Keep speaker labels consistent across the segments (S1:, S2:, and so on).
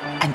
S1: an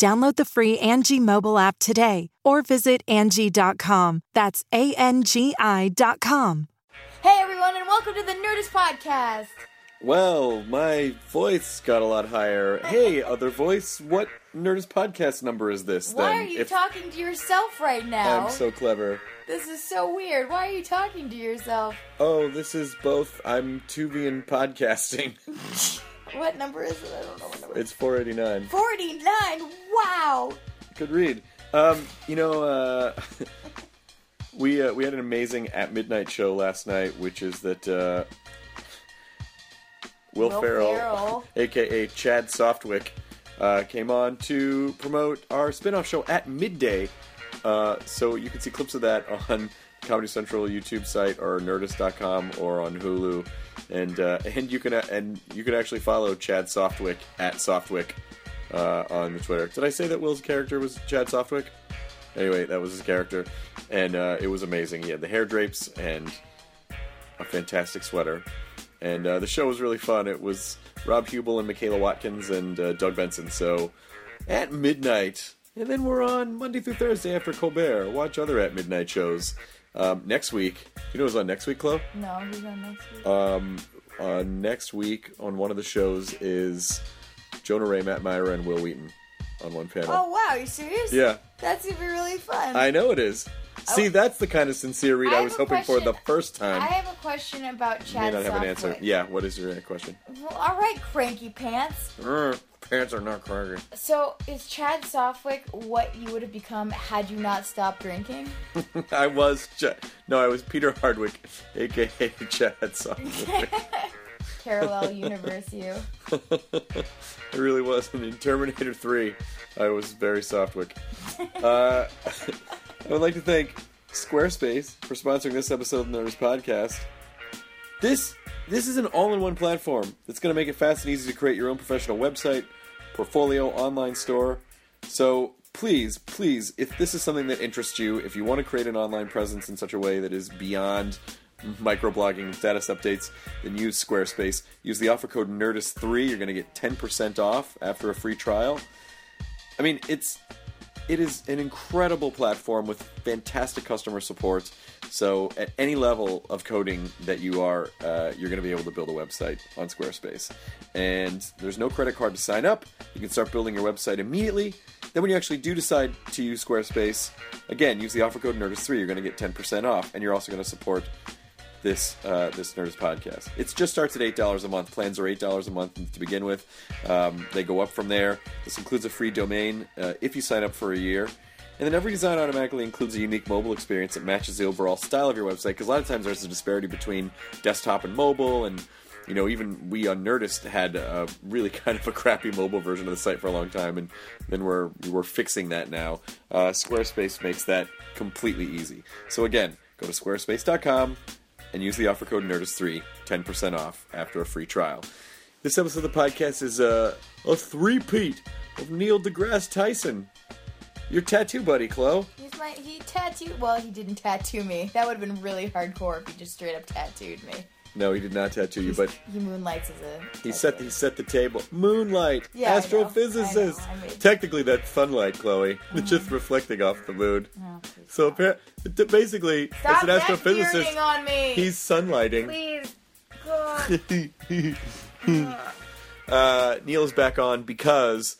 S2: Download the free Angie mobile app today or visit Angie.com. That's A N G I.com.
S3: Hey everyone, and welcome to the Nerdist Podcast.
S4: Well, my voice got a lot higher. Hey, other voice, what Nerdist podcast number is this?
S3: Why
S4: then?
S3: are you
S4: If
S3: talking to yourself right now?
S4: I'm so clever.
S3: this is so weird. Why are you talking to yourself?
S4: Oh, this is both. I'm Tubian podcasting.
S3: What number is it? I don't know what number.
S4: It's 489.
S3: 49! Wow!
S4: Good read. Um, you know, uh, we uh, we had an amazing at midnight show last night, which is that uh, Will,
S3: Will
S4: Ferrell,
S3: Ferrell.
S4: aka Chad Softwick, uh, came on to promote our spin-off show at midday. Uh, so you can see clips of that on Comedy Central YouTube site or Nerdist.com or on Hulu, and uh, and you can uh, and you can actually follow Chad Softwick at Softwick uh, on Twitter. Did I say that Will's character was Chad Softwick? Anyway, that was his character, and uh, it was amazing. He had the hair drapes and a fantastic sweater, and uh, the show was really fun. It was Rob Hubel and Michaela Watkins and uh, Doug Benson. So at midnight, and then we're on Monday through Thursday after Colbert. Watch other at midnight shows. Um, next week, you know what's on next week, Chloe?
S3: No, who's on next week?
S4: Um, uh, next week on one of the shows is Jonah Ray, Matt Myra, and Will Wheaton on one panel.
S3: oh wow, you serious?
S4: Yeah.
S3: That's gonna be really fun.
S4: I know it is. See, that's the kind of sincere
S3: Oh. I
S4: read I,
S3: have
S4: was
S3: a
S4: hoping for
S3: question.
S4: the first time.
S3: I have a question about
S4: May
S3: Chad
S4: not have an answer.
S3: Softwick.
S4: Yeah, what is your question?
S3: Well, alright, cranky pants.
S4: Parents Mm, are not crazy.
S3: So, is Chad Softwick what you would have become had you not stopped drinking?
S4: I was Ch- no, I was Peter Hardwick, aka Chad Softwick.
S3: Parallel universe you.
S4: I really was. And in Terminator 3, I was very Softwick. Uh, I would like to thank Squarespace for sponsoring this episode of the Nerdist Podcast. This this is an all-in-one platform that's going to make it fast and easy to create your own professional website, portfolio, online store. So please, please, if this is something that interests you, if you want to create an online presence in such a way that is beyond microblogging and status updates, then use Squarespace. Use the offer code Nerdist3. You're going to get 10% off after a free trial. I mean, it's it is an incredible platform with fantastic customer support. So, at any level of coding that you are, uh, you're going to be able to build a website on Squarespace. And there's no credit card to sign up. You can start building your website immediately. Then, when you actually do decide to use Squarespace, again, use the offer code Nerdist3. You're going to get 10% off, and you're also going to support this uh, this Nerds podcast. It just starts at eight dollars a month. Plans are eight dollars a month to begin with. Um, they go up from there. This includes a free domain uh, if you sign up for a year. And then every design automatically includes a unique mobile experience that matches the overall style of your website. Because a lot of times there's a disparity between desktop and mobile, and you know even we on Nerdist had a really kind of a crappy mobile version of the site for a long time, and then we're we're fixing that now. Uh, Squarespace makes that completely easy. So again, go to squarespace.com and use the offer code NERDIS3, 10% off after a free trial. This episode of the podcast is uh, a three-peat of Neil deGrasse Tyson, your tattoo buddy, Chloe.
S3: He's my he tattooed. Well, he didn't tattoo me. That would have been really hardcore if he just straight up tattooed me.
S4: No, he did not tattoo you, but
S3: He moonlights as a.
S4: he set he set the table. Moonlight,
S3: Yeah, I know.
S4: astrophysicist.
S3: I know, I mean- Mm-hmm.
S4: Technically, that's sunlight, Chloe. It's just reflecting off the moon. so appar- basically,
S3: Oh, Stop
S4: as an
S3: that bearding
S4: astrophysicist,
S3: on me.
S4: he's sunlighting.
S3: please. God.
S4: uh, Neil's back on because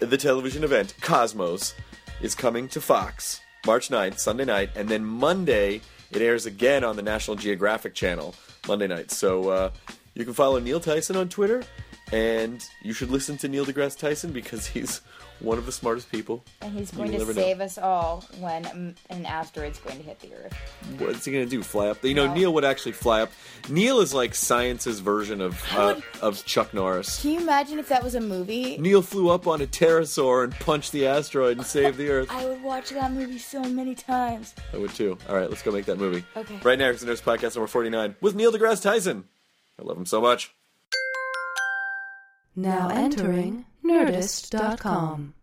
S4: the television event Cosmos is coming to Fox
S5: March 9th, Sunday night, and then Monday it airs again on the National Geographic Channel Monday night. So uh, you can follow Neil Tyson on Twitter, and you should listen to Neil deGrasse Tyson because he's one of the smartest people.
S3: And he's
S5: You
S3: going
S5: will
S3: to
S5: never know.
S3: save us all when um, an asteroid's going to hit the Earth.
S5: What's he gonna do? Fly up? You know,
S3: No.
S5: Neil would actually fly up. Neil is like science's version of uh, of Chuck Norris.
S3: Can you imagine if that was a movie?
S5: Neil flew up on a pterosaur and punched the asteroid and saved the Earth.
S3: I would watch that movie so many times.
S5: I would too. All right, let's go make that movie.
S3: Okay.
S5: Right now, it's the Nurse Podcast number 49 with Neil deGrasse Tyson. I love him so much.
S6: Now entering Nerdist.com.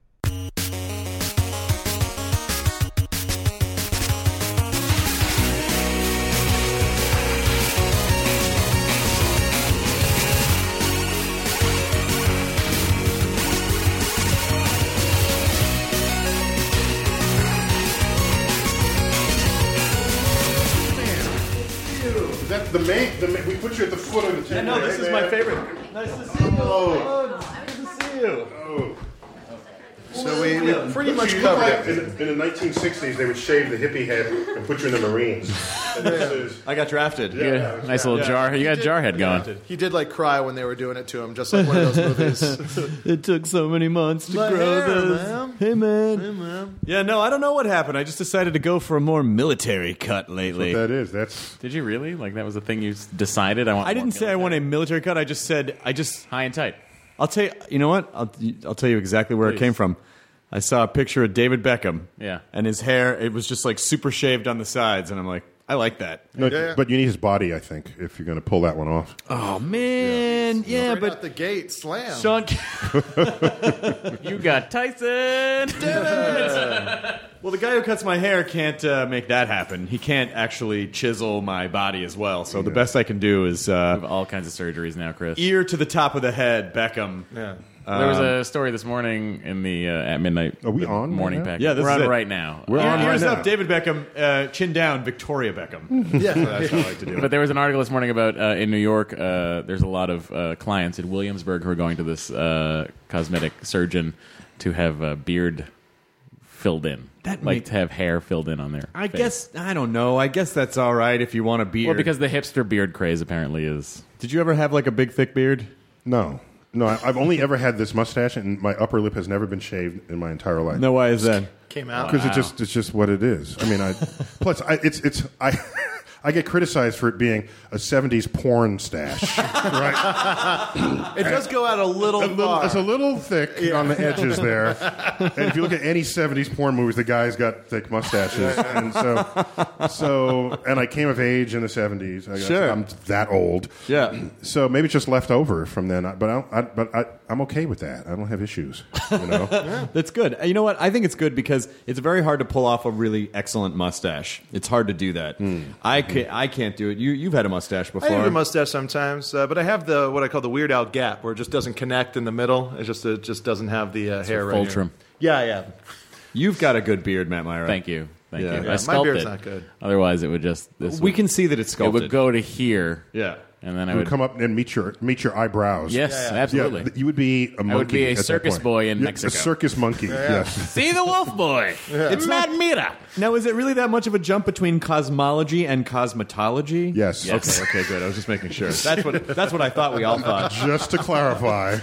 S7: That's the main, the main. We put you at the foot of the table.
S4: No, this
S7: right
S4: is my
S7: there.
S4: favorite. Nice to see you.
S7: Oh.
S4: Oh, nice to see you.
S7: So we, we
S4: Pretty much
S7: you look
S4: covered
S7: like in, in the 1960s they would shave the hippie head and put you in the Marines. And this is-
S4: I got drafted.
S7: Yeah, yeah, it's-
S8: nice little
S4: Yeah.
S8: jar. You got a jar head going.
S9: He did like cry when they were doing it to him, just like one of those movies.
S4: It took so many months to
S9: My
S4: grow
S9: hair,
S4: this.
S9: ma'am.
S4: Hey, man.
S9: Hey, man.
S4: Yeah, no, I don't know what happened. I just decided to go for a more military cut lately.
S7: That is. That's
S8: Did you really? Like that was the thing you s- decided? I want.
S4: I didn't say I want a military cut. I just said I just.
S8: high and tight.
S4: I'll tell you. You know what? I'll, I'll tell you exactly where it
S8: Please.
S4: came from. I saw a picture of David Beckham.
S8: Yeah.
S4: And his hair, it was just like super shaved on the sides, and I'm like, I like that.
S7: no,
S9: Yeah.
S7: but you need his body, I think, if you're going to pull that one off.
S8: Uh,
S4: Oh man, yeah,
S9: Right out the gate slam.
S4: Sean.
S8: You got Tyson.
S4: Well, the guy who cuts my hair can't uh, make that happen. He can't actually chisel my body as well. So the best I can do is uh,
S8: All kinds of surgeries now, Chris.
S4: ear to the top of the head, Beckham.
S9: yeah.
S8: There was
S4: Um,
S8: a story this morning in the uh, at midnight.
S7: Are we
S8: the
S7: on right
S8: morning
S7: now?
S8: pack?
S4: Oh, Yeah, this
S8: we're
S4: is
S8: on
S4: it.
S8: right now.
S4: We're
S8: Uh,
S4: on
S8: here's
S4: right
S8: the-
S4: now. David Beckham, uh, chin down, Victoria Beckham.
S9: Yeah.
S4: That's how I like to do it.
S8: But there was an article this morning about uh, in New York. Uh, there's a lot of uh, clients in Williamsburg who are going to this uh, cosmetic surgeon to have a beard filled in,
S4: That
S8: like
S4: make-
S8: to have hair filled in on there.
S4: I guess I don't know. I guess that's all right if you want a beard.
S8: Well, because the hipster beard craze apparently is.
S4: did you ever have like a big thick beard?
S7: No, no, I, I've only ever had this mustache, and my upper lip has never been shaved in my entire life.
S4: No, why is that?
S9: Came out.
S7: because it just it's just what it is. I mean, I plus I, it's it's I. I get criticized for it being a '70s porn stash, right?
S9: It does go out a little,
S7: a little,
S9: far.
S7: it's a little thick on the edges there. and if you look at any '70s porn movies, the guy's got thick mustaches, and so, so, and I came of age in the '70s. I guess
S4: Sure.
S7: I'm that old.
S4: Yeah.
S7: So maybe it's just left over from then. But I, I but I, I'm okay with that. I don't have issues. You know,
S4: That's good. You know what? I think it's good because it's very hard to pull off a really excellent mustache. It's hard to do that. I can't. I can't do it. You you've had a mustache before.
S9: I have a mustache sometimes, uh, but I have the what I call the Weird Al gap, where it just doesn't connect in the middle. It just it just doesn't have the uh, hair
S8: a
S9: right
S8: full
S9: here.
S8: trim.
S9: Yeah, yeah.
S4: You've got a good beard, Matt Myra.
S8: Thank you, thank
S4: Yeah.
S8: you.
S4: Yeah,
S8: I
S4: my
S8: sculpt
S9: beard's
S8: it.
S9: not good.
S8: Otherwise, it would just this.
S4: We
S8: would-
S4: can see that it's
S8: It
S4: sculpted.
S8: would go to here.
S4: Yeah.
S8: and then I
S7: you would
S8: would.
S7: come up and meet your meet your eyebrows.
S8: yes, absolutely.
S7: Yeah, th- you would be a monkey.
S8: be a
S7: at that
S8: circus
S7: point.
S8: boy in
S7: Yeah,
S8: Mexico.
S7: A circus monkey. Yes.
S8: See the wolf boy. It's Matt Mira.
S4: Now, is it really that much of a jump between cosmology and cosmetology?
S7: Yes.
S8: Yes.
S4: Okay. Okay. Good. I was just making sure. That's what. That's what I thought. We all thought.
S7: Just to clarify.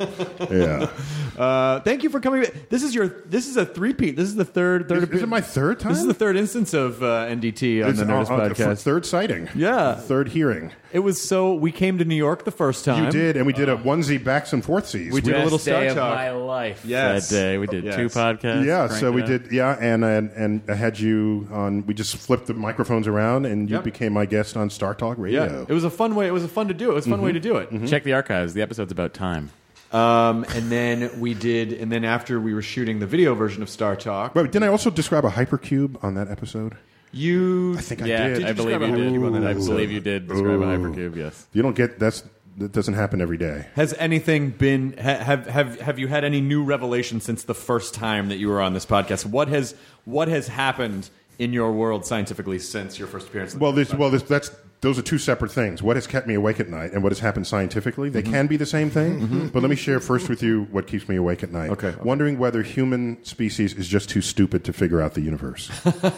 S7: yeah.
S4: Uh, thank you for coming. This is your. This is a three-peat. This is the third. third
S7: Is, is it my third time?
S4: This is the third instance of uh, NDT on
S7: It's
S4: the Nerdist
S7: on- on- for
S4: podcast.
S7: Third sighting.
S4: Yeah.
S7: Third hearing.
S4: It was so we came to New York the first time.
S7: You did, and we did a onesie backs and forthsies.
S4: We did a little
S8: Best
S4: Star
S8: day of
S4: Talk.
S8: my life.
S4: Yes.
S8: that day we did
S4: Yes.
S8: two podcasts.
S7: Yeah,
S8: cranked
S7: so we
S8: it up.
S7: did. Yeah, and, and and I had you on. We just flipped the microphones around, and you
S4: Yep.
S7: became my guest on Star Talk
S4: Yeah,
S7: Radio.
S4: it was a fun way. It was a fun to do. It It was a fun
S7: Mm-hmm.
S4: way to do it.
S8: Mm-hmm. Check the archives. The episode's about time.
S4: Um, and then we did, and then after we were shooting the video version of Star Talk,
S7: Wait, didn't I also describe a hypercube on that episode?
S4: you
S7: I think I
S8: yeah,
S7: did.
S8: I believe you
S4: describe a
S8: did.
S4: hypercube on that
S8: I
S4: episode?
S8: believe you did describe a hypercube. Yes.
S7: You don't get that's that doesn't happen every day.
S4: has anything been ha- have have have you had any new revelation since the first time that you were on this podcast? What has what has happened in your world scientifically since your first appearance?
S7: Well, this well this that's those are two separate things. What has kept me awake at night and what has happened scientifically, they can be the same thing. But let me share first with you what keeps me awake at night.
S4: Okay.
S7: Wondering whether human species is just too stupid to figure out the universe.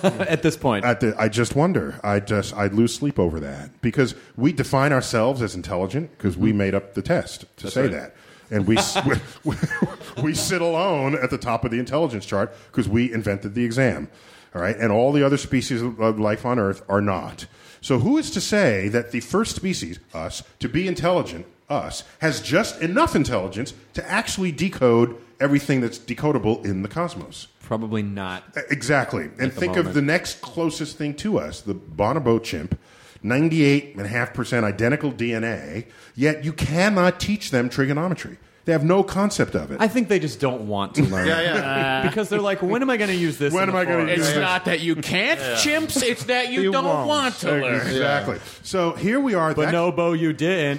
S4: At this point,
S7: At the, I just wonder. I just I lose sleep over that because we define ourselves as intelligent because we made up the test to say that, and we, s- we- we we sit alone at the top of the intelligence chart because we invented the exam. All right, and all the other species of of life on Earth are not. So who is to say that the first species, us, to be intelligent, us, has just enough intelligence to actually decode everything that's decodable in the cosmos?
S4: probably not.
S7: Exactly. And think of
S4: moment.
S7: the next closest thing to us, the bonobo chimp, 98.5% identical DNA, yet you cannot teach them trigonometry. They have no concept of it.
S4: I think they just don't want to learn. yeah, yeah. because they're like, when am I going to use this?
S7: When
S4: in
S7: am
S4: the
S7: I gonna
S4: forest?
S7: use
S10: It's
S7: Yeah.
S10: not that you can't, chimps. It's that you, don't want to learn.
S7: exactly. So here we are.
S4: But
S7: That-
S4: no, Bo, you didn't.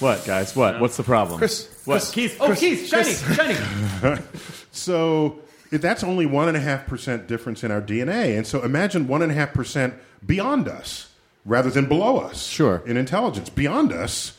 S4: what, guys? What? What's the problem?
S9: Chris,
S4: What?
S9: Chris,
S4: Keith. Oh, Keith. Shiny. Shiny.
S7: So that's only 1.5% difference in our DNA. And so imagine 1.5% beyond us rather than below us.
S4: Sure.
S7: In intelligence. Beyond us,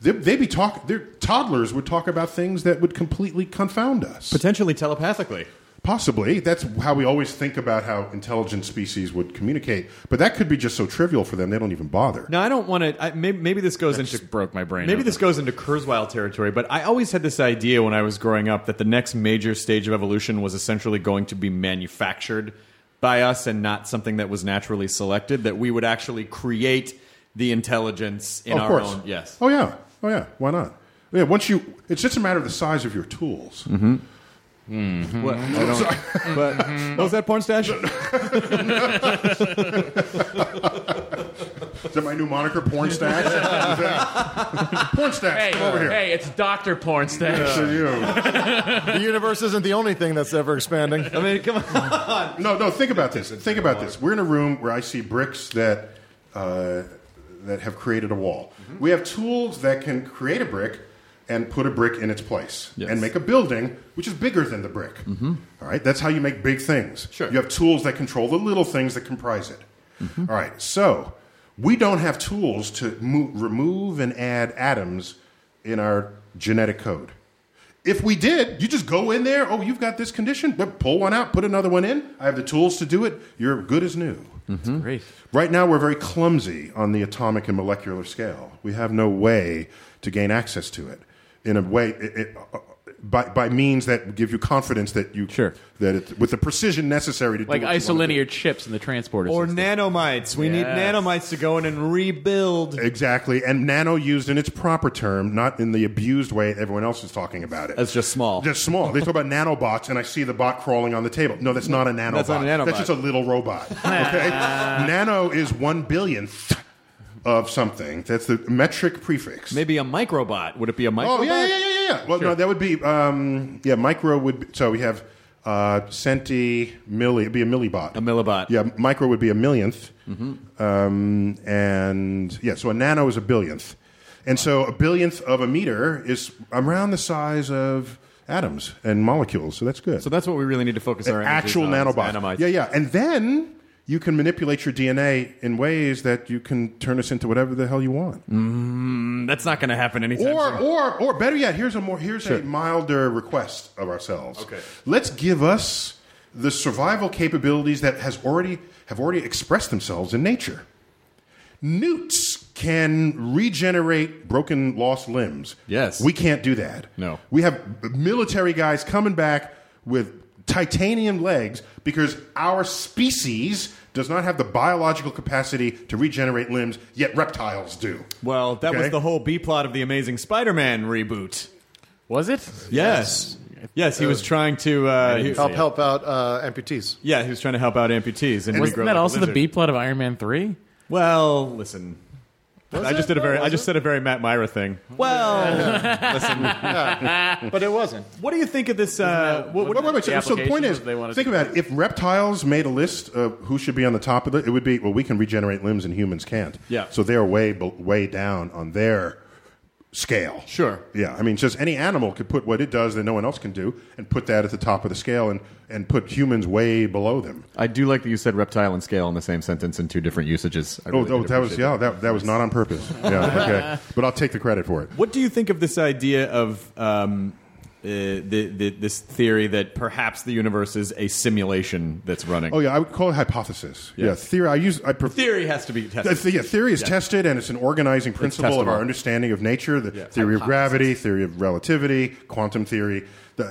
S7: they, they'd be talk, their toddlers would talk about things that would completely confound us.
S4: Potentially telepathically.
S7: Possibly. That's how we always think about how intelligent species would communicate. But that could be just so trivial for them, they don't even bother.
S4: Now I don't want to. Maybe, maybe this goes into
S8: just broke my brain
S4: Maybe
S8: open.
S4: this goes into Kurzweil territory, but I always had this idea when I was growing up that the next major stage of evolution was essentially going to be manufactured by us and not something that was naturally selected. That we would actually create the intelligence in
S7: of
S4: our
S7: course.
S4: own. Yes.
S7: Oh, yeah. Oh, yeah. Why not? Yeah, once you, it's just a matter of the size of your tools.
S4: Mm-hmm. What- I don't- but- what was that porn stash?
S7: Is that my new moniker, porn stash? Is that- porn stash,
S10: Hey,
S7: come
S4: uh,
S7: over here.
S10: hey, it's Doctor Porn Stash.
S7: So you-
S9: the universe isn't the only thing that's ever expanding.
S4: I mean, come on.
S7: No, no. Think about this. Think about this. We're in a room where I see bricks that uh, that have created a wall.
S4: Mm-hmm.
S7: We have tools that can create a brick and put a brick in its place
S4: Yes.
S7: and make a building which is bigger than the brick. All right, that's how you make big things.
S4: Sure.
S7: You have tools that control the little things that comprise it. All right, so we don't have tools to mo- remove and add atoms in our genetic code. If we did, you just go in there. Oh, you've got this condition. But pull one out, put another one in. I have the tools to do it. You're good as new.
S10: Great.
S7: Right now, we're very clumsy on the atomic and molecular scale. We have no way to gain access to it in a way, it, it, uh, by, by means that give you confidence that you
S4: Sure.
S7: that it, with the precision necessary to
S10: Like
S7: do what you wanna do.
S10: isolinear chips in the transporter
S4: Or
S10: system.
S4: nanomites. We need
S10: Yes.
S4: nanomites to go in and rebuild.
S7: Exactly, and nano used in its proper term, not in the abused way everyone else is talking about it.
S4: That's just small.
S7: Just small. They talk about nanobots, and I see the bot crawling on the table. No, that's not a nanobot.
S4: That's not a nanobot.
S7: That's just a little robot. Okay, nano is one billionth of something. That's the metric prefix.
S4: Maybe a microbot. Would it be a microbot?
S7: Oh yeah, yeah, yeah, yeah, yeah. Well, no, that would be um, yeah. Micro would be, so we have uh, centi milli. It'd be a millibot.
S4: A Mm-hmm. millibot.
S7: Yeah, micro would be a 1000000th um, and yeah, so a nano is a billionth, and so a billionth of a meter is around the size of atoms and molecules. So that's good.
S4: So that's what we really need to focus our energies on,
S7: actual
S4: is
S7: nanobot.
S4: Nanomites.
S7: Yeah, yeah. And then you can manipulate your DNA in ways that you can turn us into whatever the hell you want.
S4: That's not going to happen anytime
S7: Or,
S4: soon.
S7: or, or better yet, here's a more here's a milder request of ourselves. Okay, let's give us the survival capabilities that has already have already expressed themselves in nature. Newts can regenerate broken, lost limbs.
S4: Yes.
S7: we can't do that.
S4: No.
S7: we have military guys coming back with titanium legs because our species does not have the biological capacity to regenerate limbs, yet reptiles do.
S4: Well, that
S7: Okay.
S4: was the whole B plot of the Amazing Spider-Man reboot.
S10: was it?
S4: Yes, yes, he was trying to uh, he-
S9: Help help out uh, amputees.
S4: Yeah, he was trying to help out amputees and
S10: Wasn't
S4: regrow
S10: that
S4: like a
S10: also the
S4: lizard.
S10: B plot of Iron Man Three?
S4: Well, listen. I just did a very, I just said a very Matt Myra thing. Well,
S9: But it wasn't.
S4: what do you think of this? Uh, what, what,
S7: Wait, wait, wait.
S10: the
S7: So, so the point
S10: application
S7: is,
S10: that they wanted
S7: think
S10: to-
S7: about it. If reptiles made a list of who should be on the top of it, it would be well, we can regenerate limbs and humans can't.
S4: Yeah.
S7: So they're way bel- way down on their scale.
S4: Sure.
S7: Yeah, I mean, just any animal could put what it does that no one else can do, and put that at the top of the scale, and and put humans way below them.
S4: I do like that you said reptile and scale in the same sentence in two different usages. I really
S7: oh, oh,
S4: did
S7: that was
S4: appreciate
S7: yeah, that that was not on purpose. Yeah, okay, but I'll take the credit for it.
S4: What do you think of this idea of um, uh, the, the, this theory that perhaps the universe is a simulation that's running?
S7: Oh yeah, I would call it hypothesis.
S4: Yeah.
S7: Yeah, theory. I use I prefer.
S4: Theory has to be
S7: The,
S4: tested.
S7: the- yeah, theory is tested, and it's an organizing principle of
S4: testable.
S7: our understanding of nature. The theory of gravity, theory of relativity, quantum theory, the,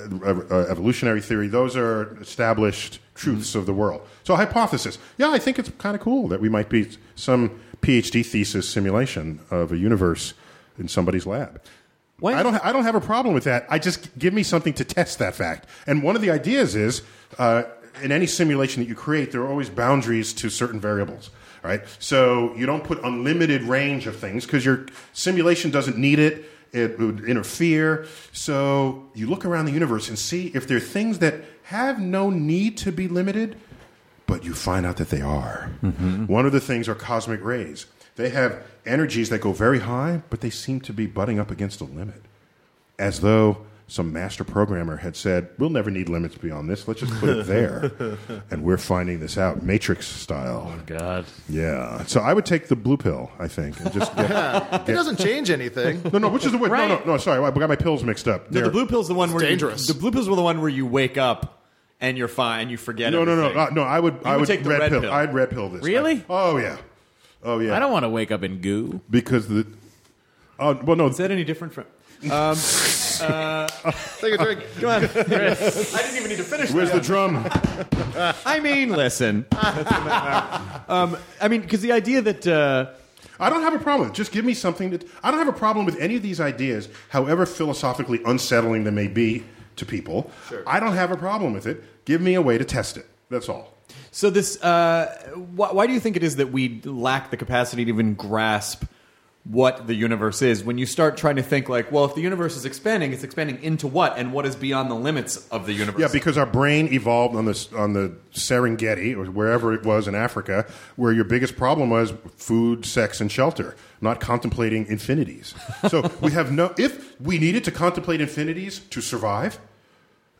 S7: uh, uh, evolutionary theory. Those are established truths of the world. So, hypothesis. Yeah, I think it's kind of cool that we might be some PhD thesis simulation of a universe in somebody's lab. I don't. Ha- I don't have a problem with that. I just give me something to test that fact. And one of the ideas is, uh, in any simulation that you create, there are always boundaries to certain variables. Right. So you don't put unlimited range of things because your simulation doesn't need it. It would interfere. So you look around the universe and see if there are things that have no need to be limited but you find out that they are. One of the things are cosmic rays. They have energies that go very high, but they seem to be butting up against a limit, as though some master programmer had said, "We'll never need limits beyond this. Let's just put it there." and we're finding this out, Matrix style.
S8: God.
S7: Yeah. So I would take the blue pill, I think, and just get,
S9: It doesn't change anything.
S7: no, no, which is the way? No, no, no. Sorry, I got my pills mixed up.
S4: No,
S7: They're-
S4: the blue pill's the one where you-
S9: dangerous.
S4: the blue pill's were the one where you wake up and you're fine, you forget.
S7: No, no, no,
S4: everything.
S7: uh, no. I would, I
S4: would
S7: would,
S4: take the
S7: red,
S4: red
S7: pill.
S4: pill.
S7: I'd red pill this.
S8: Really?
S7: I- oh yeah, oh yeah.
S8: I don't want to wake up in goo.
S7: because the. Oh well, no.
S4: Is that any different from?
S9: Take a drink.
S4: I didn't even need to finish.
S7: Where's the drum?
S4: I mean, listen. um, I mean, because the idea that uh,
S7: I don't have a problem. with it. Just give me something that I don't have a problem with any of these ideas, however philosophically unsettling they may be to people. I don't have a problem with it. Give me a way to test it. That's all.
S4: So this, uh, why, why do you think it is that we lack the capacity to even grasp what the universe is? When you start trying to think like, well, if the universe is expanding, it's expanding into what, and what is beyond the limits of the universe?
S7: Yeah, because our brain evolved on the on the Serengeti or wherever it was in Africa, where your biggest problem was food, sex, and shelter, not contemplating infinities. So we have no. If we needed to contemplate infinities to survive,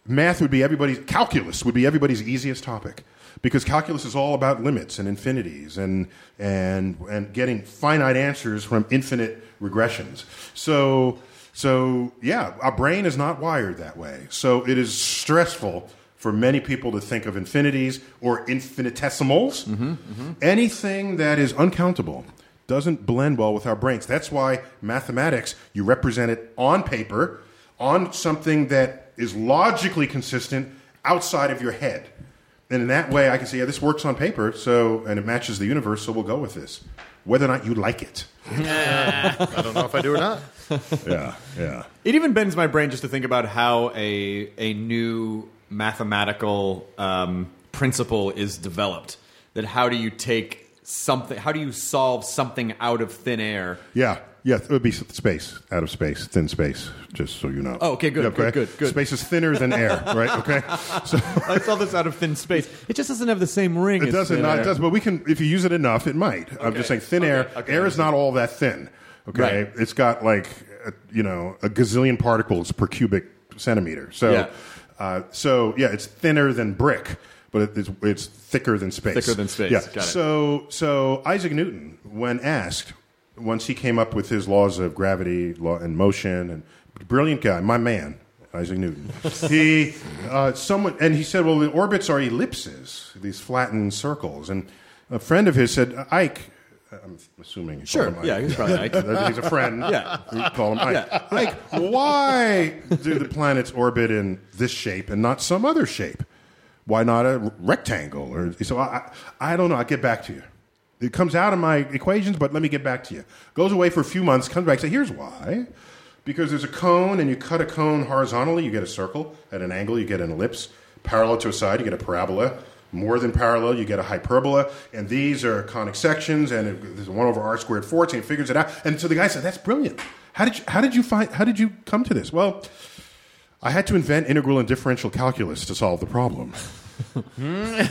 S7: math would be everybody's. Calculus would be everybody's easiest topic. Because calculus is all about limits and infinities and, and, and getting finite answers from infinite regressions. So so, yeah, our brain is not wired that way. So, it is stressful for many people to think of infinities or infinitesimals. Anything that is uncountable doesn't blend well with our brains. That's why mathematics, you represent it on paper, on something that is logically consistent outside of your head. And in that way, I can say, yeah, this works on paper, so, and it matches the universe, so we'll go with this. Whether or not you like it.
S9: I don't know if I do or not.
S7: Yeah, yeah.
S4: It even bends my brain just to think about how a a new mathematical um, principle is developed. That how do you take something? How do you solve something out of thin air?
S7: Yeah, yeah, it would be s- space, out of space, thin space, just so you know.
S4: Oh, okay, good,
S7: Yeah,
S4: good, good, good.
S7: Space is thinner than air, right? Okay, so
S4: I saw this out of thin space. It just doesn't have the same ring.
S7: it
S4: as
S7: doesn't,
S4: thin
S7: not,
S4: air.
S7: it does, but we can, if you use it enough, it might. I'm
S4: Okay,
S7: just saying, thin
S4: okay,
S7: air,
S4: okay.
S7: air is not all that thin. Okay,
S4: Right.
S7: it's got like uh, you know a gazillion particles per cubic centimeter. So,
S4: Yeah.
S7: uh, so yeah, it's thinner than brick, but it, it's, it's thicker than space.
S4: Thicker than space.
S7: Yeah.
S4: Got it.
S7: So, so Isaac Newton, when asked, once he came up with his laws of gravity, law and motion, and brilliant guy, my man, Isaac Newton. he, uh, someone, and he said, well, the orbits are ellipses, these flattened circles, and a friend of his said, Ike. I'm assuming. he
S4: Sure,
S7: called him Ike.
S4: yeah, he's probably Ike.
S7: That he's a friend.
S4: Yeah.
S7: We call him Ike.
S4: Yeah.
S7: Ike, why do the planets orbit in this shape and not some other shape? Why not a rectangle? Or so I, I, I don't know. I'll get back to you. It comes out of my equations, but let me get back to you. Goes away for a few months, comes back, say, here's why. Because there's a cone, and you cut a cone horizontally, you get a circle. At an angle, you get an ellipse. Parallel to a side, you get a parabola. More than parallel, you get a hyperbola. And these are conic sections, and it, there's 1 over r squared 14. It figures it out. And so the guy said, that's brilliant. How did you, how did you find, how did you come to this? Well, I had to invent integral and differential calculus to solve the problem.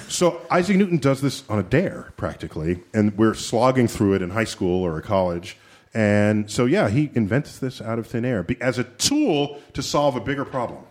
S7: so Isaac Newton does this on a dare, practically, and we're slogging through it in high school or a college, And so, yeah, he invents this out of thin air be- as a tool to solve a bigger problem.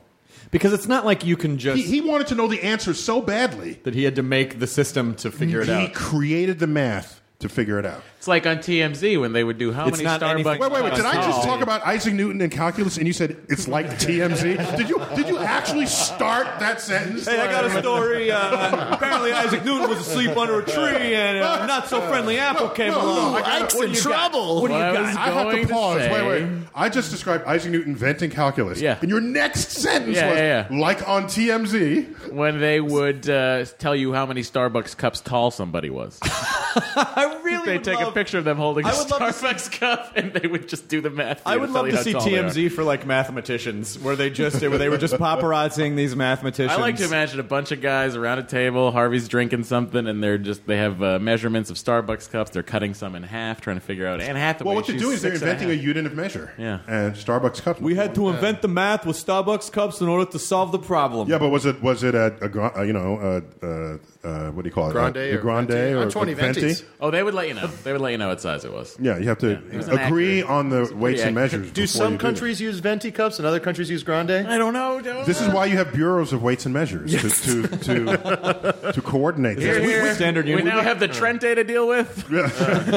S4: Because it's not like you can just.
S7: He, he wanted to know the answer so badly.
S4: That he had to make the system to figure it
S7: he
S4: out.
S7: created the math to figure it out.
S8: It's like on TMZ when they would do how
S4: It's
S8: many
S4: not
S8: Starbucks.
S4: anything-
S7: Wait, wait, wait! Did I just
S8: Oh.
S7: talk about Isaac Newton and calculus, and you said it's like TMZ? Did you did you actually start that sentence?
S10: Hey, I got a story. Uh, apparently, Isaac Newton was asleep under a tree, and uh, not so friendly apple came
S7: no,
S10: along.
S7: no, I got-
S10: What
S7: Ike's
S10: do
S7: in
S10: you got?
S8: trouble.
S10: What do you
S8: Well, I
S10: got?
S8: was
S7: I have
S8: going
S7: to
S8: to
S7: pause.
S8: say-
S7: wait, wait. I just described Isaac Newton inventing calculus.
S8: Yeah.
S7: And your next sentence
S8: Yeah,
S7: was
S8: yeah, yeah.
S7: like on TMZ.
S8: when they would uh, tell you how many Starbucks cups tall somebody was.
S4: I really
S8: they
S4: would
S8: take a
S4: love-
S8: picture of them holding
S4: I
S8: a
S4: would love to see-
S8: Starbucks cup, and they would just do the math.
S4: I would love to see TMZ for like mathematicians, where they just where they were just paparazzing these mathematicians.
S8: I like to imagine a bunch of guys around a table. Harvey's drinking something, and they're just they have uh, measurements of Starbucks cups. They're cutting some in half, trying to figure out. Anne Hathaway.
S7: Well, what they're
S8: she's
S7: doing is they're
S8: six and a
S7: inventing a,
S8: half.
S7: unit of measure.
S8: Yeah.
S7: And Starbucks cup.
S4: We had to invent the math with Starbucks cups in order to solve the problem.
S7: Yeah, but was it was it a, a gra- uh, you know uh, uh, uh, what do you call it?
S9: Grande
S7: Uh, a
S9: or
S7: grande
S9: Venti?
S7: or
S9: Uh, 20
S7: a venti?
S9: Ventis.
S8: Oh, they would let you know. They would let you know what size it was.
S7: Yeah, you have to
S8: it was an
S7: agree
S8: accurate-
S7: on the weights and
S8: accurate-
S7: measures.
S9: Do
S7: before
S9: some
S7: you it.
S9: countries use venti cups and other countries use grande?
S8: I don't know. Don't
S7: This is why you have bureaus of weights and measures to to to, to coordinate this.
S8: Here,
S7: We-
S8: here.
S4: standard
S8: we
S4: unit.
S8: now have the Trente to deal with.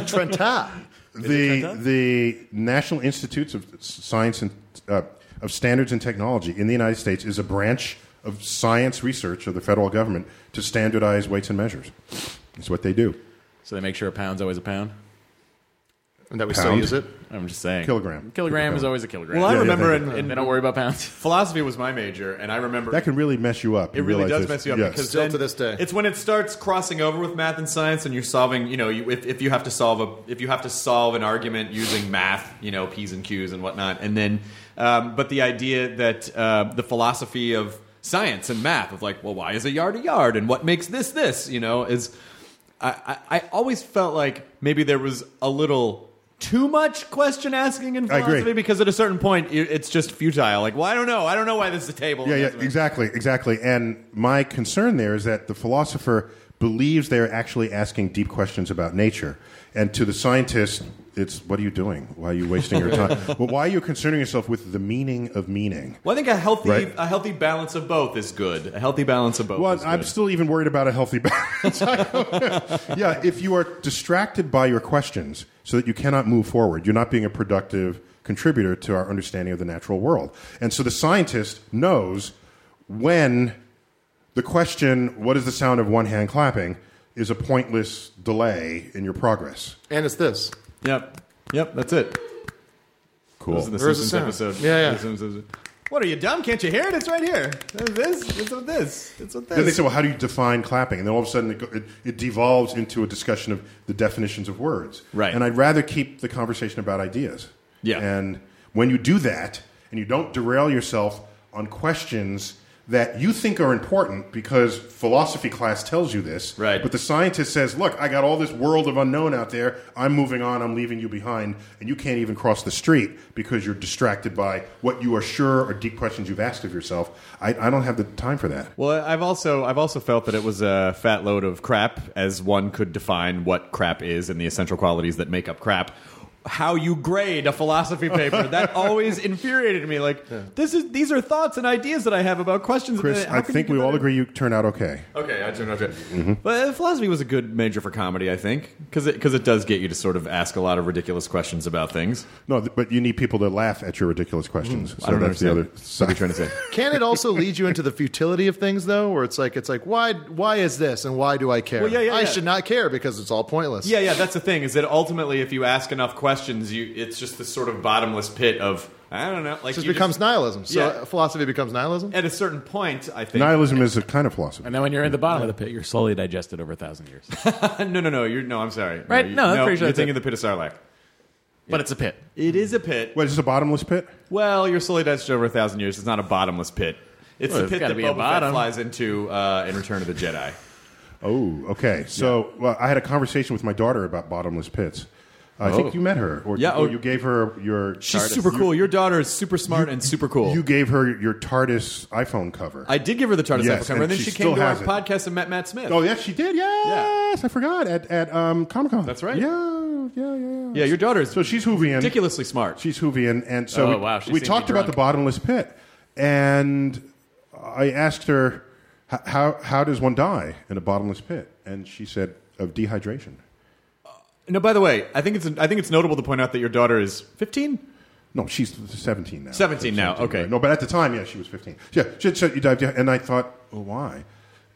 S9: Trenta.
S7: the the National Institutes of Science and uh, of Standards and Technology in the United States is a branch of science research of the federal government to standardize weights and measures. It's what they do.
S8: So they make sure a pound's always a pound.
S9: And that we still
S7: Pound.
S9: use it.
S8: I'm just saying.
S7: Kilogram.
S8: Kilogram is always a kilogram.
S4: Well, I
S7: Yeah, yeah,
S4: remember
S7: they-
S4: in, in
S8: they don't worry about pounds.
S4: philosophy was my major, and I remember
S7: That can really mess you up.
S4: It really does mess you up because
S9: Still
S4: then-
S9: to this day.
S4: it's when it starts crossing over with math and science, and you're solving. You know, you, if, if you have to solve a if you have to solve an argument using math, you know, p's and q's and whatnot, and then, um, but the idea that uh, the philosophy of science and math of like, well, why is a yard a yard, and what makes this this, you know, is I, I, I always felt like maybe there was a little. Too much question asking in
S7: I agree.
S4: philosophy because at a certain point it- it's just futile. Like, well, I don't know. I don't know why this is a table.
S7: yeah,
S4: and
S7: yeah,
S4: that's-
S7: exactly, exactly. And my concern there is that the philosopher believes they're actually asking deep questions about nature, and to the scientist, it's what are you doing? Why are you wasting your time? well, why are you concerning yourself with the meaning of meaning?
S4: Well, I think a healthy
S7: Right.
S4: a healthy balance of both is good. A healthy balance of both.
S7: Well,
S4: is
S7: I'm
S4: good.
S7: still even worried about a healthy balance. yeah, if you are distracted by your questions so that you cannot move forward, you're not being a productive contributor to our understanding of the natural world. And so the scientist knows when the question, what is the sound of one hand clapping, is a pointless delay in your progress.
S9: And it's this.
S4: Yep. Yep. That's it.
S7: Cool.
S4: This is the
S9: Where's the
S4: Simpsons
S9: sound?
S4: episode.
S9: Yeah, yeah.
S4: The Simpsons episode. What are you dumb? Can't you hear it? It's right here. It's this. It's with this. It's with
S7: Then they
S4: this.
S7: say, well, how do you define clapping? And then all of a sudden it, go- it, it devolves into a discussion of the definitions of words.
S4: Right.
S7: And I'd rather keep the conversation about ideas.
S4: Yeah.
S7: And when you do that and you don't derail yourself on questions that you think are important because philosophy class tells you this,
S4: Right.
S7: but the scientist says, look, I got all this world of unknown out there. I'm moving on. I'm leaving you behind. And you can't even cross the street because you're distracted by what you are sure are deep questions you've asked of yourself. I, I don't have the time for that.
S4: well, I've also I've also felt that it was a fat load of crap, as one could define what crap is and the essential qualities that make up crap. How you grade a philosophy paper that always infuriated me. Like this is these are thoughts and ideas that I have about questions.
S7: Chris,
S4: How
S7: I
S4: can you
S7: think
S4: do
S7: we all
S4: better?
S7: agree you turned out okay.
S4: Okay, I turned off it. But uh, philosophy was a good major for comedy, I think, because it, 'cause it does get you to sort of ask a lot of ridiculous questions about things.
S7: No, th- but you need people to laugh at your ridiculous questions. so
S4: Mm, I don't
S7: that's
S4: understand.
S7: the other side.
S4: What are you trying to say?
S9: Can it also lead you into the futility of things though, where it's like it's like why why is this and why do I care?
S4: Well, yeah, yeah,
S9: I
S4: yeah.
S9: should not care because it's all pointless.
S4: yeah, yeah, that's the thing, is that ultimately if you ask enough questions, you it's just this sort of bottomless pit of, I don't know. Like
S9: It just
S4: you
S9: becomes nihilism. So
S4: Yeah.
S9: philosophy becomes nihilism.
S4: At a certain point, I think.
S7: Nihilism is a kind of philosophy.
S8: And then when you're in the bottom of the pit, you're slowly digested over a thousand years.
S4: no, no, no, you're, no, I'm sorry.
S8: Right,
S4: you-
S8: no, I'm pretty sure
S4: You're
S8: that's it.
S4: thinking of the pit of Sarlacc.
S8: But it's a pit.
S4: It is a pit.
S7: Wait, is this a bottomless pit?
S4: Well, you're slowly digested over a thousand years. It's not a bottomless pit. It's
S8: Well,
S4: the
S8: it's
S4: pit
S8: gotta
S4: that
S8: be a
S4: Boba Fett
S8: bottom.
S4: flies into uh, in Return of the Jedi.
S7: Oh, okay. So, well, I had a conversation with my daughter about bottomless pits. I think you met her, or,
S4: Yeah,
S7: or
S4: oh.
S7: you gave her your.
S4: She's
S7: TARDIS.
S4: super cool. Your daughter is super smart and super cool.
S7: You gave her your TARDIS iPhone cover.
S4: I did give her the TARDIS
S7: Yes,
S4: yes, cover,
S7: and
S4: and then
S7: she
S4: she,
S7: still
S4: came to our
S7: has it.
S4: podcast and met Matt Smith.
S7: oh, yes, she did. Yes, I forgot at at um, Comic Con.
S4: That's right.
S7: Yeah. oh, yeah, yeah.
S4: Yeah, your daughter's
S7: So she's Hoovian.
S4: ridiculously smart.
S7: She's Hoovian, and so
S8: Oh,
S7: we,
S8: wow, she
S7: we
S8: seemed
S7: talked
S8: drunk.
S7: about the bottomless pit, and I asked her "H- how how does one die in a bottomless pit, and she said of dehydration.
S4: No, by the way, I think it's I think it's notable to point out that your daughter is 15.
S7: No, she's seventeen now.
S4: 17 now, okay.
S7: right. No, but at the time, yeah, she was fifteen. Yeah, she had said you dive down, and I thought, oh, why?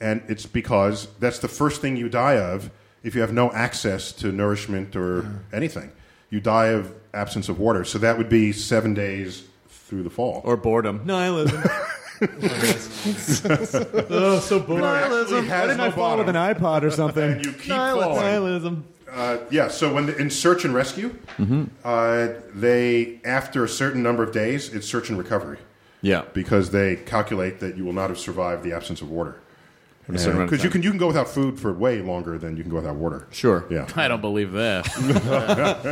S7: And it's because that's the first thing you die of if you have no access to nourishment or
S8: Uh-huh.
S7: anything. You die of absence of water, so that would be seven days through the fall.
S4: Or boredom, nihilism. oh, so boring.
S7: Nihilism. Why didn't I fall with an
S4: iPod or something?
S7: And you keep falling. Uh, yeah. So when the, in search and rescue,
S4: Mm-hmm.
S7: uh, they after a certain number of days, it's search and recovery
S4: Yeah.
S7: because they calculate that you will not have survived the absence of water.
S4: certain amount of
S7: Because you
S4: time.
S7: can you can go without food for way longer than you can go without water.
S4: Sure.
S7: Yeah.
S8: I don't believe that.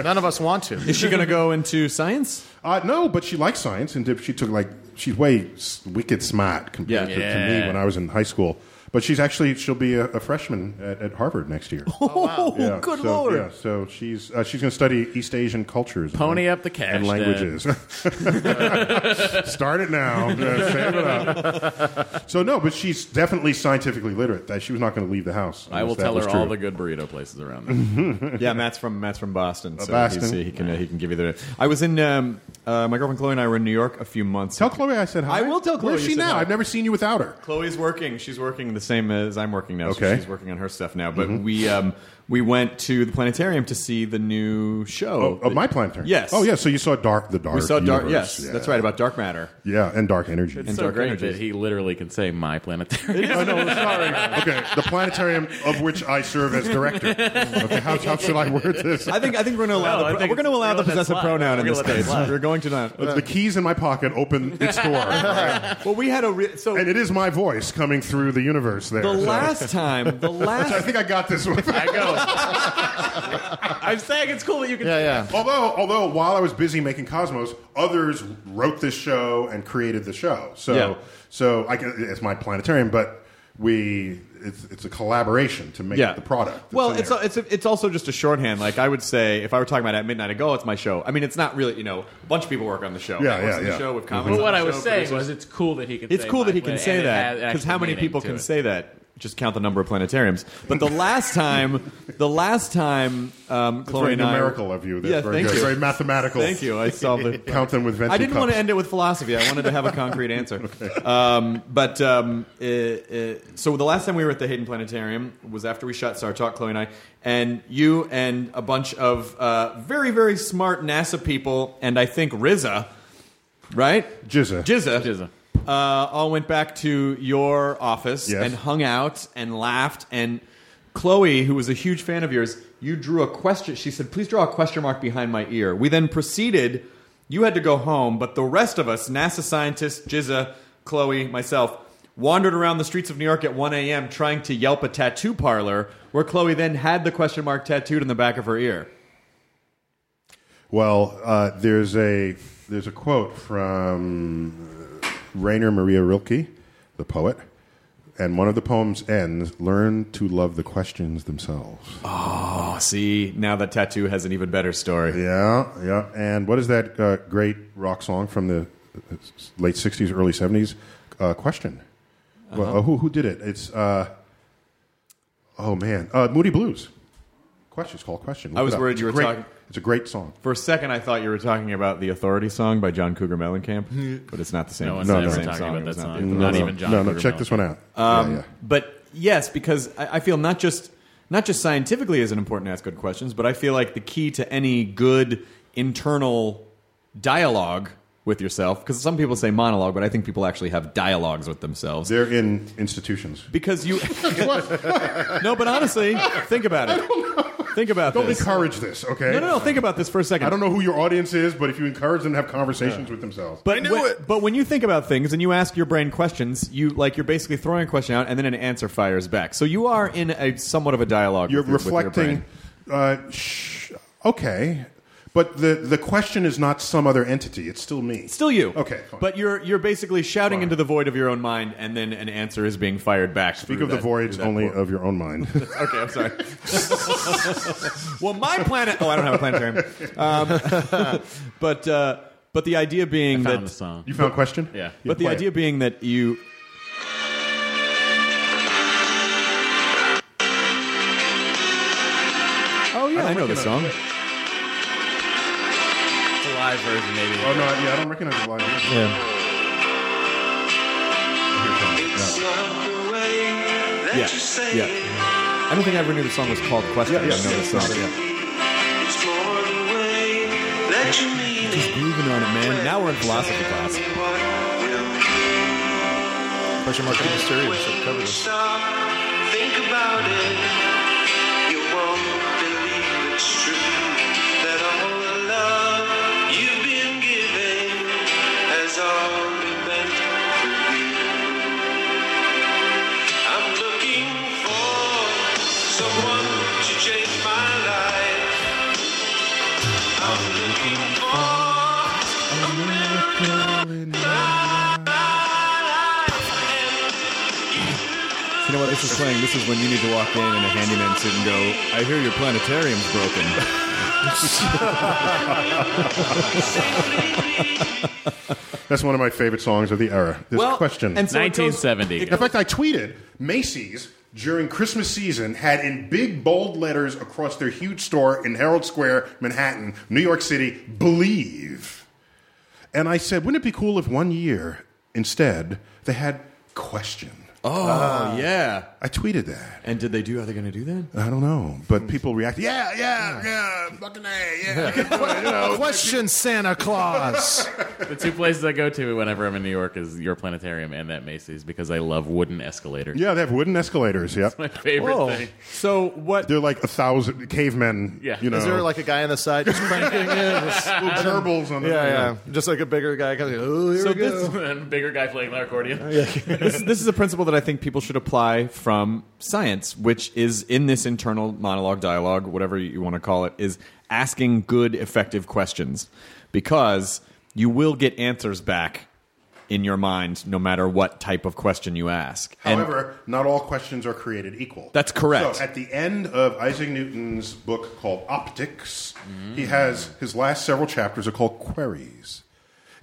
S9: None of us want to.
S4: Is she going to go into science?
S7: Uh, no, but she likes science, and did- she took like she's way s- wicked smart compared
S8: Yeah.
S7: to, to
S8: Yeah.
S7: me when I was in high school. But she's actually she'll be a, a freshman at, at Harvard next year.
S4: Oh,
S7: Yeah, so, Yeah, so she's uh, she's going to study East Asian cultures, and
S8: Pony
S7: lang-
S8: up the cash,
S7: and languages. Start it now. Yeah, Save it up. So no, but she's definitely scientifically literate. That she was not going to leave the house.
S8: I will
S7: unless that
S8: tell
S7: was
S8: her all
S7: true.
S8: the good burrito places around there.
S4: Yeah, Matt's from Matt's from Boston, so
S7: Boston.
S4: he's- he can uh, he can give you the. I was in um, uh, my girlfriend Chloe and I were in New York a few months.
S7: Tell Chloe I said hi.
S4: I will tell Chloe
S7: Where's
S4: you
S7: she
S4: said
S7: now?
S4: hi.
S7: I've never seen you without her.
S4: Chloe's working. She's working the same as I'm working now. So
S7: Okay. Mm-hmm.
S4: she's working on her stuff now. But we um, we went to the planetarium to see the new show
S7: Oh, of my planetarium.
S4: Yes.
S7: Oh yeah. So you saw dark. The dark.
S4: We saw dark.
S7: universe.
S4: Yes,
S7: Yeah.
S4: that's right about dark matter.
S7: Yeah, and dark energy.
S8: It's so
S4: dark
S8: great
S4: energies.
S8: that he literally can say my planetarium.
S7: Oh, no, sorry. okay, the planetarium of which I serve as director. Okay, how, how should I word this?
S4: I think I think we're going to
S8: No,
S4: allow
S8: I
S4: the,
S8: think
S4: we're going to
S8: it's-
S4: allow the
S8: we're gonna let that
S4: possessive
S8: slide.
S4: pronoun in
S8: We're
S4: this
S8: gonna let that
S4: case.
S8: slide.
S4: We're going to not.
S7: the keys in my pocket open its door. right?
S4: Well, we had a re- so
S7: And it is my voice coming through the universe there.
S4: the
S7: so-
S4: last time the last
S7: I think I got this one.
S8: I go. I'm saying it's cool that you can.
S9: Yeah, yeah.
S7: although, although while I was busy making Cosmos, others wrote this show and created the show. So,
S4: Yeah.
S7: so I, can- it's my planetarium, but we it's, it's a collaboration to make the product. that's
S4: Well,
S7: in
S4: it's
S7: there.
S4: a, it's a, it's also just a shorthand. Like I would say, if I were talking about at midnight ago, it's my show. I mean, it's not really you know a bunch of people work on the show.
S7: Yeah,
S4: Networks
S7: yeah,
S4: on
S7: yeah.
S4: The show with
S7: Mhm.
S4: comics.
S8: But
S4: on
S8: what
S4: the
S8: I was
S4: show,
S8: saying
S4: producers.
S8: was, it's cool that he can.
S4: it's
S8: say
S4: cool
S8: my
S4: that he can
S8: planet-
S4: say
S8: and it
S4: that
S8: has actual
S4: because how many
S8: meaning
S4: people
S8: to
S4: can
S8: it.
S4: say that? Just count the number of planetariums. But the last time, the last time, um,
S7: It's
S4: Chloe
S7: very
S4: and I-
S7: numerical of you. That's
S4: yeah,
S7: very
S4: thank
S7: good.
S4: you.
S7: Very mathematical.
S4: Thank you. I solved it.
S7: Count them with venti
S4: I didn't want to
S7: cups.
S4: end it with philosophy. I wanted to have a concrete answer. um, but um, uh, uh, so the last time we were at the Hayden Planetarium was after we shot Star Talk, Chloe and I, and you and a bunch of uh, very very smart NASA people, and I think RZA, right?
S7: Jizza.
S4: Jizza.
S8: Jizza.
S4: Uh, all went back to your office
S7: Yes.
S4: and hung out and laughed and. Chloe, who was a huge fan of yours, you drew a question. She said, "Please draw a question mark behind my ear." We then proceeded. You had to go home, but the rest of us, NASA scientists, Jizza, Chloe, myself, wandered around the streets of New York at 1 a.m. trying to yelp a tattoo parlor, where Chloe then had the question mark tattooed in the back of her ear.
S7: Well, uh, there's a there's a quote from uh, Rainer Maria Rilke, the poet, and one of the poems ends: "Learn to love the questions themselves."
S4: Oh, see, now that tattoo has an even better story.
S7: Yeah, yeah. And what is that uh, great rock song from the uh, s- late '60s, early '70s? Uh, question.
S4: Uh-huh.
S7: Well, uh, who who did it? It's uh, oh man, uh, Moody Blues. Question. It's called Question. Look
S4: I was
S7: it up.
S4: worried
S7: It's
S4: you were
S7: a great-
S4: talking-
S7: It's a great song.
S4: For a second, I thought you were talking about the Authority song by John Cougar
S7: Hmm.
S4: Mellencamp, but it's not the same.
S8: No
S4: it's
S8: one's
S4: not
S8: ever
S4: the same
S8: talking
S4: song.
S8: about
S4: It
S8: that
S4: was not the
S8: song.
S4: Authority
S8: Not
S4: song.
S8: even John
S7: No, no.
S8: Cougar
S7: Check this one out.
S4: Um,
S7: yeah, yeah.
S4: But yes, because I, I feel not just not just scientifically is it important to ask good questions, but I feel like the key to any good internal dialogue with yourself, because some people say monologue, but I think people actually have dialogues with themselves.
S7: They're in institutions.
S4: because you, no, but honestly, think about it. Think about
S7: Don't
S4: this.
S7: encourage this, okay?
S4: no, no, no. Think about this for a second.
S7: I don't know who your audience is, but if you encourage them to have conversations with themselves.
S4: But when, but when you think about things and you ask your brain questions, you like you're basically throwing a question out and then an answer fires back. So you are in a somewhat of a dialogue.
S7: you're
S4: with your- with your brain.
S7: reflecting. uh, sh- okay. But the, the question is not some other entity. It's still me.
S4: Still you.
S7: Okay. fine.
S4: But you're you're basically shouting into the void of your own mind, and then an answer is being fired back.
S7: Speak of the voids only of your own mind.
S4: Okay, I'm sorry. well, my planet. Oh, I don't have a planetarium. Um, but uh, but the idea being
S8: Found
S4: that
S8: the song.
S7: you found question?
S8: Yeah.
S4: but the
S7: play it.
S4: idea being that you. Oh yeah, I know the song.
S8: It's a live version, maybe.
S7: Oh no, yeah, I don't recognize the line.
S4: Yeah. Yeah. yeah. I don't think I ever knew the song was called Question.
S7: Yeah, yeah,
S4: I know the
S7: yeah.
S4: song.
S7: Yeah.
S4: Just grooving on it, man. Now we're in philosophy class.
S9: Question mark keep it serious. so cover this.
S4: You know what? This is playing. This is when you need to walk in in a handyman suit and go, I hear your planetarium's broken.
S7: That's one of my favorite songs of the era. This question.
S4: And so it goes-
S8: 1970.
S7: in fact, I tweeted Macy's during Christmas season had in big bold letters across their huge store in Herald Square, Manhattan, New York City, believe. And I said, wouldn't it be cool if one year instead they had question?
S4: Oh, yeah.
S7: I tweeted that.
S4: And did they do? Are they going to do that?
S7: I don't know, but people react. Yeah, yeah, yeah, fucking a, yeah. You know,
S9: Question Santa Claus.
S8: The two places I go to whenever I'm in New York is your planetarium and that Macy's because I love wooden escalators.
S7: yeah, they have wooden escalators. Yeah,
S8: My favorite thing.
S4: So what?
S7: they're like a thousand cavemen.
S8: Yeah.
S7: you know,
S8: Is
S9: Is there like a guy on the side just cranking in? Just, yeah,
S7: little gerbils on the
S9: yeah. Just like a bigger guy comes. Oh, here
S4: So
S9: we go.
S4: this,
S8: And bigger guy playing the accordion.
S4: this, this is a principle that I think people should apply from science, which is in this internal monologue, dialogue, whatever you want to call it, is asking good, effective questions because you will get answers back in your mind no matter what type of question you ask. And-
S7: However, not all questions are created equal.
S4: That's correct.
S7: So, at the end of Isaac Newton's book called Optics, he has his last several chapters are called Queries.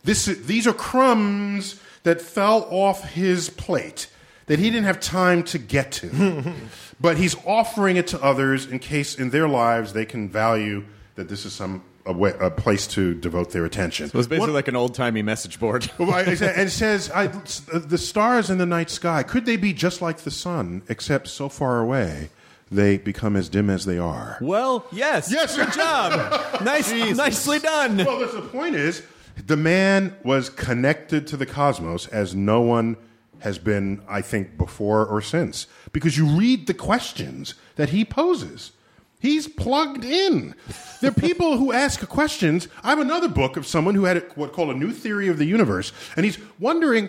S7: This, these are crumbs that fell off his plate that he didn't have time to get to. but he's offering it to others in case in their lives they can value that this is some a, way, a place to devote their attention.
S4: it was basically like an old timey message board.
S7: Well, I- I said- and it says, I, "The stars in the night sky could they be just like the sun, except so far away they become as dim as they are."
S4: Well, yes.
S7: Yes.
S4: Good job. nice, nicely done.
S7: Well, that's the point is, the man was connected to the cosmos as no one has been, I think, before or since, because you read the questions that he poses. He's plugged in. There are people who ask questions. I have another book of someone who had a, what called a new theory of the universe, and he's wondering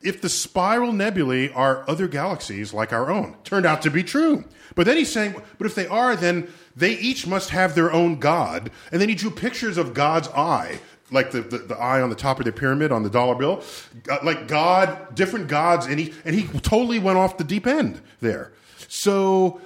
S7: if the spiral nebulae are other galaxies like our own. Turned out to be true. But then he's saying, but if they are, then they each must have their own god. And then he drew pictures of God's eye, like the, the, the eye on the top of the pyramid on the dollar bill, Uh, like God, different gods. And he, and he totally went off the deep end there. So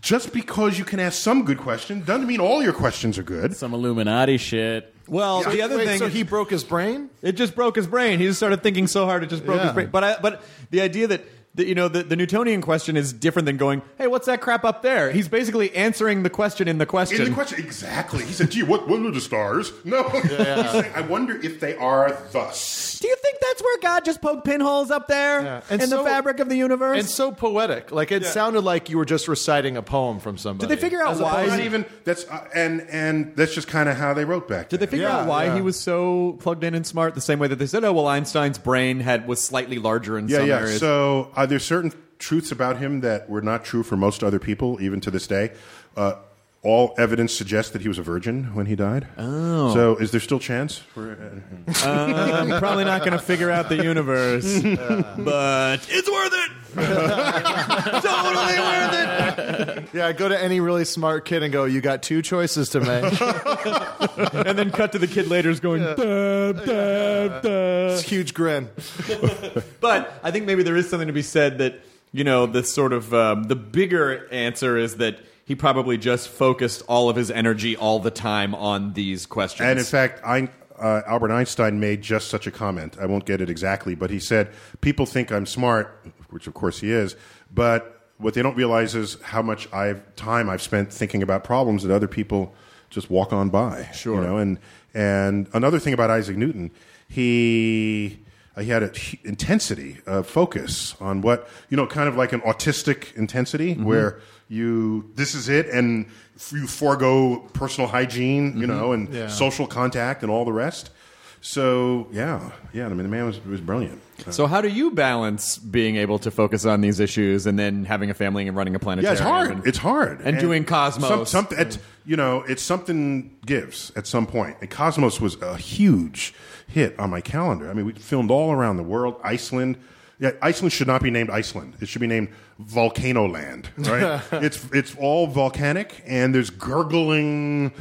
S7: just because you can ask some good question doesn't mean all your questions are good.
S8: Some Illuminati shit.
S4: Well, the other
S9: Wait,
S4: thing
S9: so
S4: is-
S9: he broke his brain?
S4: It just broke his brain. He just started thinking so hard it just broke
S9: Yeah.
S4: his brain. But I, but the idea that, that you know the, the Newtonian question is different than going, hey, what's that crap up there? He's basically answering the question in the question.
S7: In the question, exactly. He said, "Gee, what, what are the stars?" No, He's saying, I wonder if they are thus.
S4: Do you think that's where God just poked pinholes up there
S9: Yeah.
S4: in
S9: And
S4: the
S9: so-
S4: fabric of the universe?
S9: And so poetic. Like it sounded like you were just reciting a poem from somebody.
S4: Did they figure out
S9: As
S4: why
S9: opposed-
S7: Not even that's uh, and and that's just kind of how they wrote back.
S4: Did they
S7: then.
S4: figure
S9: Yeah,
S4: out why
S9: yeah.
S4: he was so plugged in and smart? The same way that they said, oh well, Einstein's brain had was slightly larger in
S7: Yeah,
S4: some
S7: yeah.
S4: areas.
S7: So uh, there's certain truths about him that were not true for most other people, even to this day. Uh, all evidence suggests that he was a virgin when he died. Oh. So is there still chance? For,
S4: I'm probably not going to figure out the universe, but it's worth it.
S9: totally worth it. Yeah, go to any really smart kid and go, you got two choices to make.
S4: And then cut to the kid later is going. "Dab, dab, dab."
S9: It's a huge grin.
S4: But I think maybe there is something to be said that you know the sort of um, the bigger answer is that he probably just focused all of his energy all the time on these questions.
S7: And in fact, I, uh, Albert Einstein made just such a comment. I won't get it exactly, but he said, People think I'm smart, which of course he is, but what they don't realize is how much I've, time I've spent thinking about problems that other people just walk on by. Sure. You know? and, and another thing about Isaac Newton, he. uh, He had an intensity of focus on what you know, kind of like an autistic intensity, where you this is it, and f- you forego personal hygiene, you know, and
S9: Yeah.
S7: social contact and all the rest. So yeah, yeah. I mean, the man was was brilliant.
S4: so how do you balance being able to focus on these issues and then having a family and running a
S7: Yeah,
S4: planetarium?
S7: it's hard.
S4: and-
S7: It's hard.
S4: And doing Cosmos.
S7: Some, some, it's, you know, it's something gives at some point. And Cosmos was a huge hit on my calendar. I mean, we filmed all around the world. Iceland. Yeah, Iceland should not be named Iceland. It should be named Volcano Land. Right? it's it's all volcanic, and there's gurgling.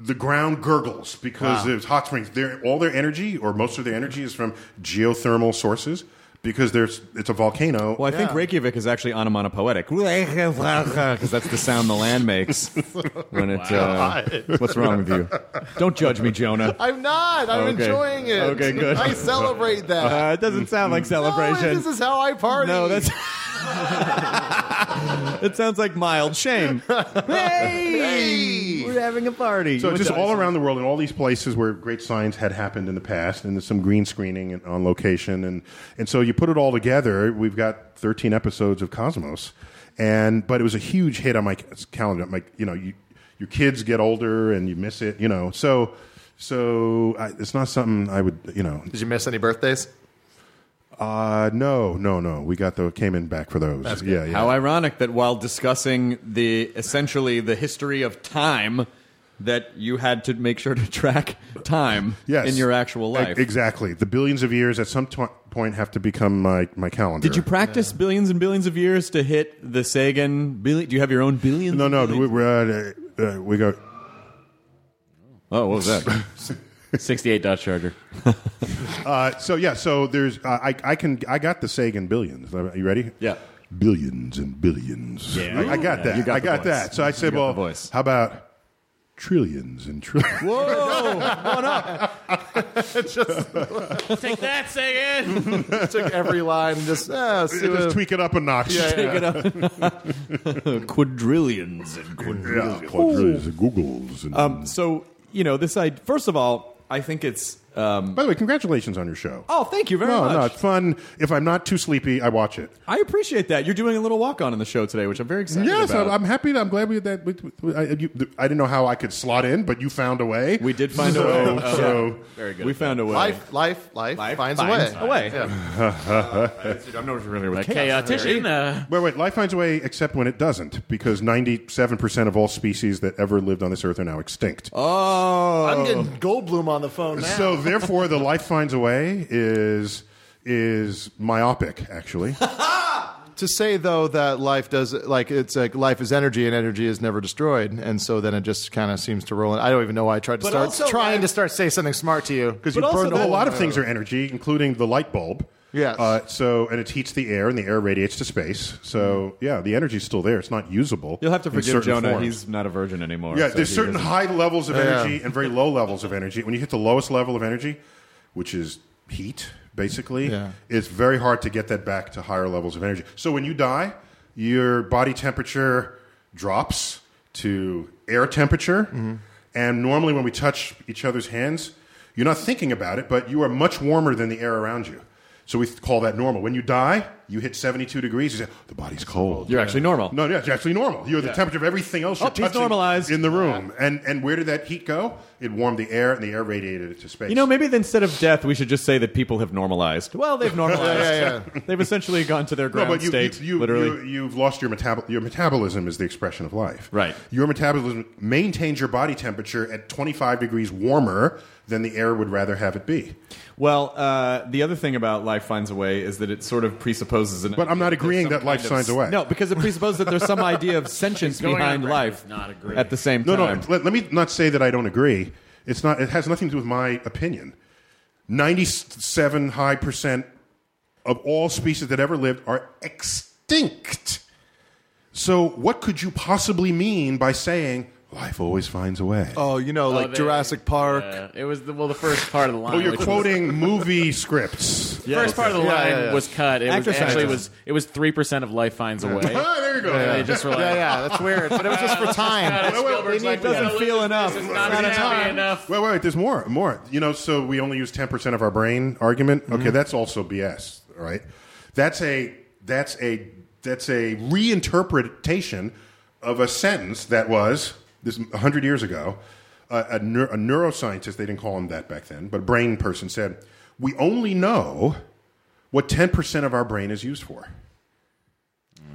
S7: The ground gurgles because there's hot springs. Their, all their energy, or most of their energy, is from geothermal sources because there's it's a volcano.
S4: well, I think Reykjavik is actually onomatopoetic because that's the sound the land makes when it. Uh, what's wrong with you? Don't judge me, Jonah.
S9: I'm not. I'm
S4: Okay.
S9: enjoying it.
S4: Okay, good.
S9: I celebrate that.
S4: Uh, it doesn't sound like celebration.
S9: No, this is how I party.
S4: No, that's. it sounds like mild shame. Hey, we're having a party.
S7: So just all around the world in all these places where great signs had happened in the past, and there's some green screening and, on location, and and so you put it all together. We've got 13 episodes of Cosmos, and but it was a huge hit on my ca- calendar. My you know you, your kids get older and you miss it, you know. So so I, it's not something I would you know.
S9: Did you miss any birthdays?
S7: Uh, no no no. We got the came in back for those. Yeah yeah.
S4: How ironic that while discussing the essentially the history of time, that you had to make sure to track time
S7: Yes.
S4: in your actual
S7: E-
S4: life.
S7: Exactly. The billions of years at some t- point have to become my, my calendar.
S4: Did you practice billions and billions of years to hit the Sagan? Billi- do you have your own billions?
S7: No,
S4: and
S7: no,
S4: billions?
S7: we, we're at, uh, uh, we go.
S4: oh, what was that?
S8: 68 Dodge Charger.
S7: Uh, so yeah, so there's uh, I I can I got the Sagan billions. Are you ready?
S4: Yeah.
S7: billions and billions. Yeah, I, I got that.
S4: You got
S7: I
S4: the
S7: got
S4: voice.
S7: that. So I said,
S4: You got
S7: well,
S4: the voice.
S7: how about trillions and trillions?
S8: Take that, Sagan!
S9: I took every line and just, uh, see
S7: Just
S9: what-
S7: tweak it up a notch.
S4: Quadrillions and quadrillions.
S7: Yeah, quadrillions and Googles. And,
S4: Um, so you know this. I first of all, I think it's. Um,
S7: by the way, congratulations on your show.
S4: oh, thank you very
S7: no,
S4: much.
S7: no, it's fun. If I'm not too sleepy, I watch it.
S4: I appreciate that. You're doing a little walk on in the show today, which I'm very excited
S7: Yes,
S4: about.
S7: I'm, I'm happy. that- I'm glad we that. We, we- I, you, I didn't know how I could slot in, but you found a way.
S4: we did find a
S7: So-
S4: way. Oh,
S7: so-
S4: very good. We found a way.
S9: life, life, life,
S4: Life
S9: finds,
S4: finds
S9: a
S4: a
S9: way.
S4: way.
S9: Yeah.
S4: I'm not familiar with
S8: Chaotician. Uh,
S7: Wait, wait. Life finds a way, except when it doesn't, because ninety-seven percent of all species that ever lived on this earth are now extinct.
S4: Oh,
S9: I'm getting Goldblum on the phone now.
S7: so, therefore, the life finds a way is is myopic, actually.
S9: to say though that life does like it's like life is energy and energy is never destroyed and so then it just kind of seems to roll in i don't even know why i tried to
S4: But
S9: start
S4: also,
S9: trying
S4: like-
S9: to start say something smart to you
S7: Because you
S4: also
S7: burn a
S4: that- uh,
S7: whole lot of things are energy, including the light bulb.
S9: Yes.
S7: Uh, so, and it heats the air, and the air radiates to space. So, yeah, the energy's still there. It's not
S4: Mm.
S7: usable.
S4: you'll have to
S7: in
S4: forgive
S7: certain
S4: Jonah.
S7: forms.
S4: He's not a virgin anymore.
S7: Yeah,
S4: so
S7: there's
S4: he
S7: certain
S4: doesn't-
S7: high levels of energy and very low levels of energy. When you hit the lowest level of energy, which is heat, basically,
S9: Yeah.
S7: it's very hard to get that back to higher levels of energy. So when you die, your body temperature drops to air temperature.
S4: Mm-hmm.
S7: And normally, when we touch each other's hands, you're not thinking about it, but you are much warmer than the air around you. So we th- call that normal. When you die, You hit 72 degrees. You say the body's cold.
S4: You're actually normal.
S7: No, yeah, it's actually normal. You're the
S4: Yeah.
S7: temperature of everything else.
S4: Oh,
S7: You're
S4: he's
S7: touching
S4: normalized.
S7: in the room. And and where did that heat go? It warmed the air, and the air radiated it to space.
S4: You know, maybe instead of death, we should just say that people have normalized. Well, they've normalized.
S9: Yeah, yeah,
S4: They've essentially gone to their
S7: No,
S4: ground
S7: but you,
S4: state,
S7: you, you,
S4: literally.
S7: you, you've lost your metabol. Your metabolism is the expression of life.
S4: Right.
S7: Your metabolism maintains your body temperature at 25 degrees warmer than the air would rather have it be.
S4: well, uh, the other thing about life finds a way is that it sort of presupposes an.
S7: But I'm not agreeing that life
S4: kind of-
S7: finds a way.
S4: No, because it presupposes that there's some idea of sentience
S8: going on
S4: behind
S8: record
S4: life.
S8: with not agreeing.
S4: at the same
S7: No,
S4: time.
S7: no. Let, let me not say that I don't agree. It's not. It has nothing to do with my opinion. Ninety-seven high percent of all species that ever lived are extinct. So, what could you possibly mean by saying life always finds a way?
S9: Oh, you know, like
S8: they-
S9: Jurassic Park.
S8: Uh, it was the, well the first part of the line.
S7: oh, you're
S8: which was-
S7: quoting movie scripts.
S8: The first part of the
S9: Yeah,
S8: line
S9: yeah, yeah.
S8: was cut. It was
S4: Actor
S8: actually
S4: scientist.
S8: was it was three percent of life finds a way.
S7: Ah, there you go.
S8: They just were like,
S9: yeah, yeah, that's weird. But it was just for time.
S8: Spielberg's
S4: need-
S8: like,
S4: doesn't
S8: "We gotta
S4: feel
S8: live with
S4: enough.
S8: This It's
S4: It's
S8: not
S4: not enough."
S8: happy enough.
S7: Wait, wait, there's more, more. You know, so we only use 10% of our brain argument. Okay, that's also BS, all right? That's a that's a that's a reinterpretation of a sentence that was this 100 years ago. Uh, a, neur- a neuroscientist, they didn't call him that back then, but a brain person said, "We only know what 10% of our brain is used for."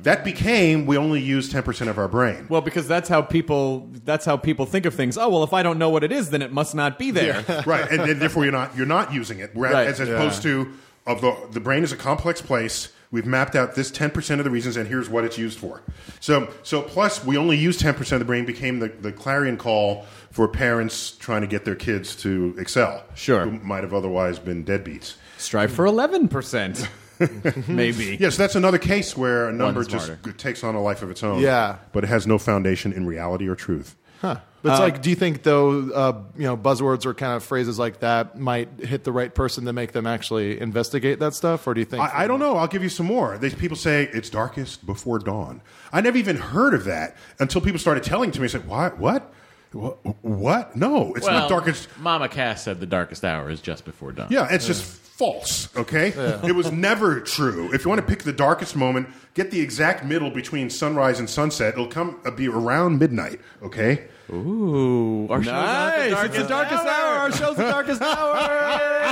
S7: That became we only use 10% of our brain.
S4: Well, because that's how people that's how people think of things. Oh well, if I don't know what it is, then it must not be there.
S7: right, and, and therefore you're not you're not using it. Whereas,
S4: Right,
S7: as opposed to of the the brain is a complex place. We've mapped out this ten percent of the reasons, and here's what it's used for. So so plus we only use ten percent of the brain became the, the clarion call for parents trying to get their kids to excel.
S4: Sure.
S7: who might have otherwise been deadbeats.
S4: Strive for eleven percent, maybe.
S7: Yes, that's another case where a number just
S8: smarter.
S7: g- takes on a life of its own.
S9: Yeah.
S7: but it has no foundation in reality or truth.
S9: But it's like, do you think though, uh, you know, buzzwords or kind of phrases like that might hit the right person to make them actually investigate that stuff, or do you think?
S7: I, I don't know. I'll give you some more. These people say it's darkest before dawn. I never even heard of that until people started telling to me. I said, "Why? What? What? what? No, it's
S8: Well,
S7: not darkest."
S8: Mama Cass said the darkest hour is just before dawn.
S7: Yeah, it's just false. Okay, it was never true. If you want to pick the darkest moment, get the exact middle between sunrise and sunset. It'll come uh, be around midnight. Okay.
S8: Ooh, our
S4: Nice. It's the darkest hour. Our show's the darkest hour.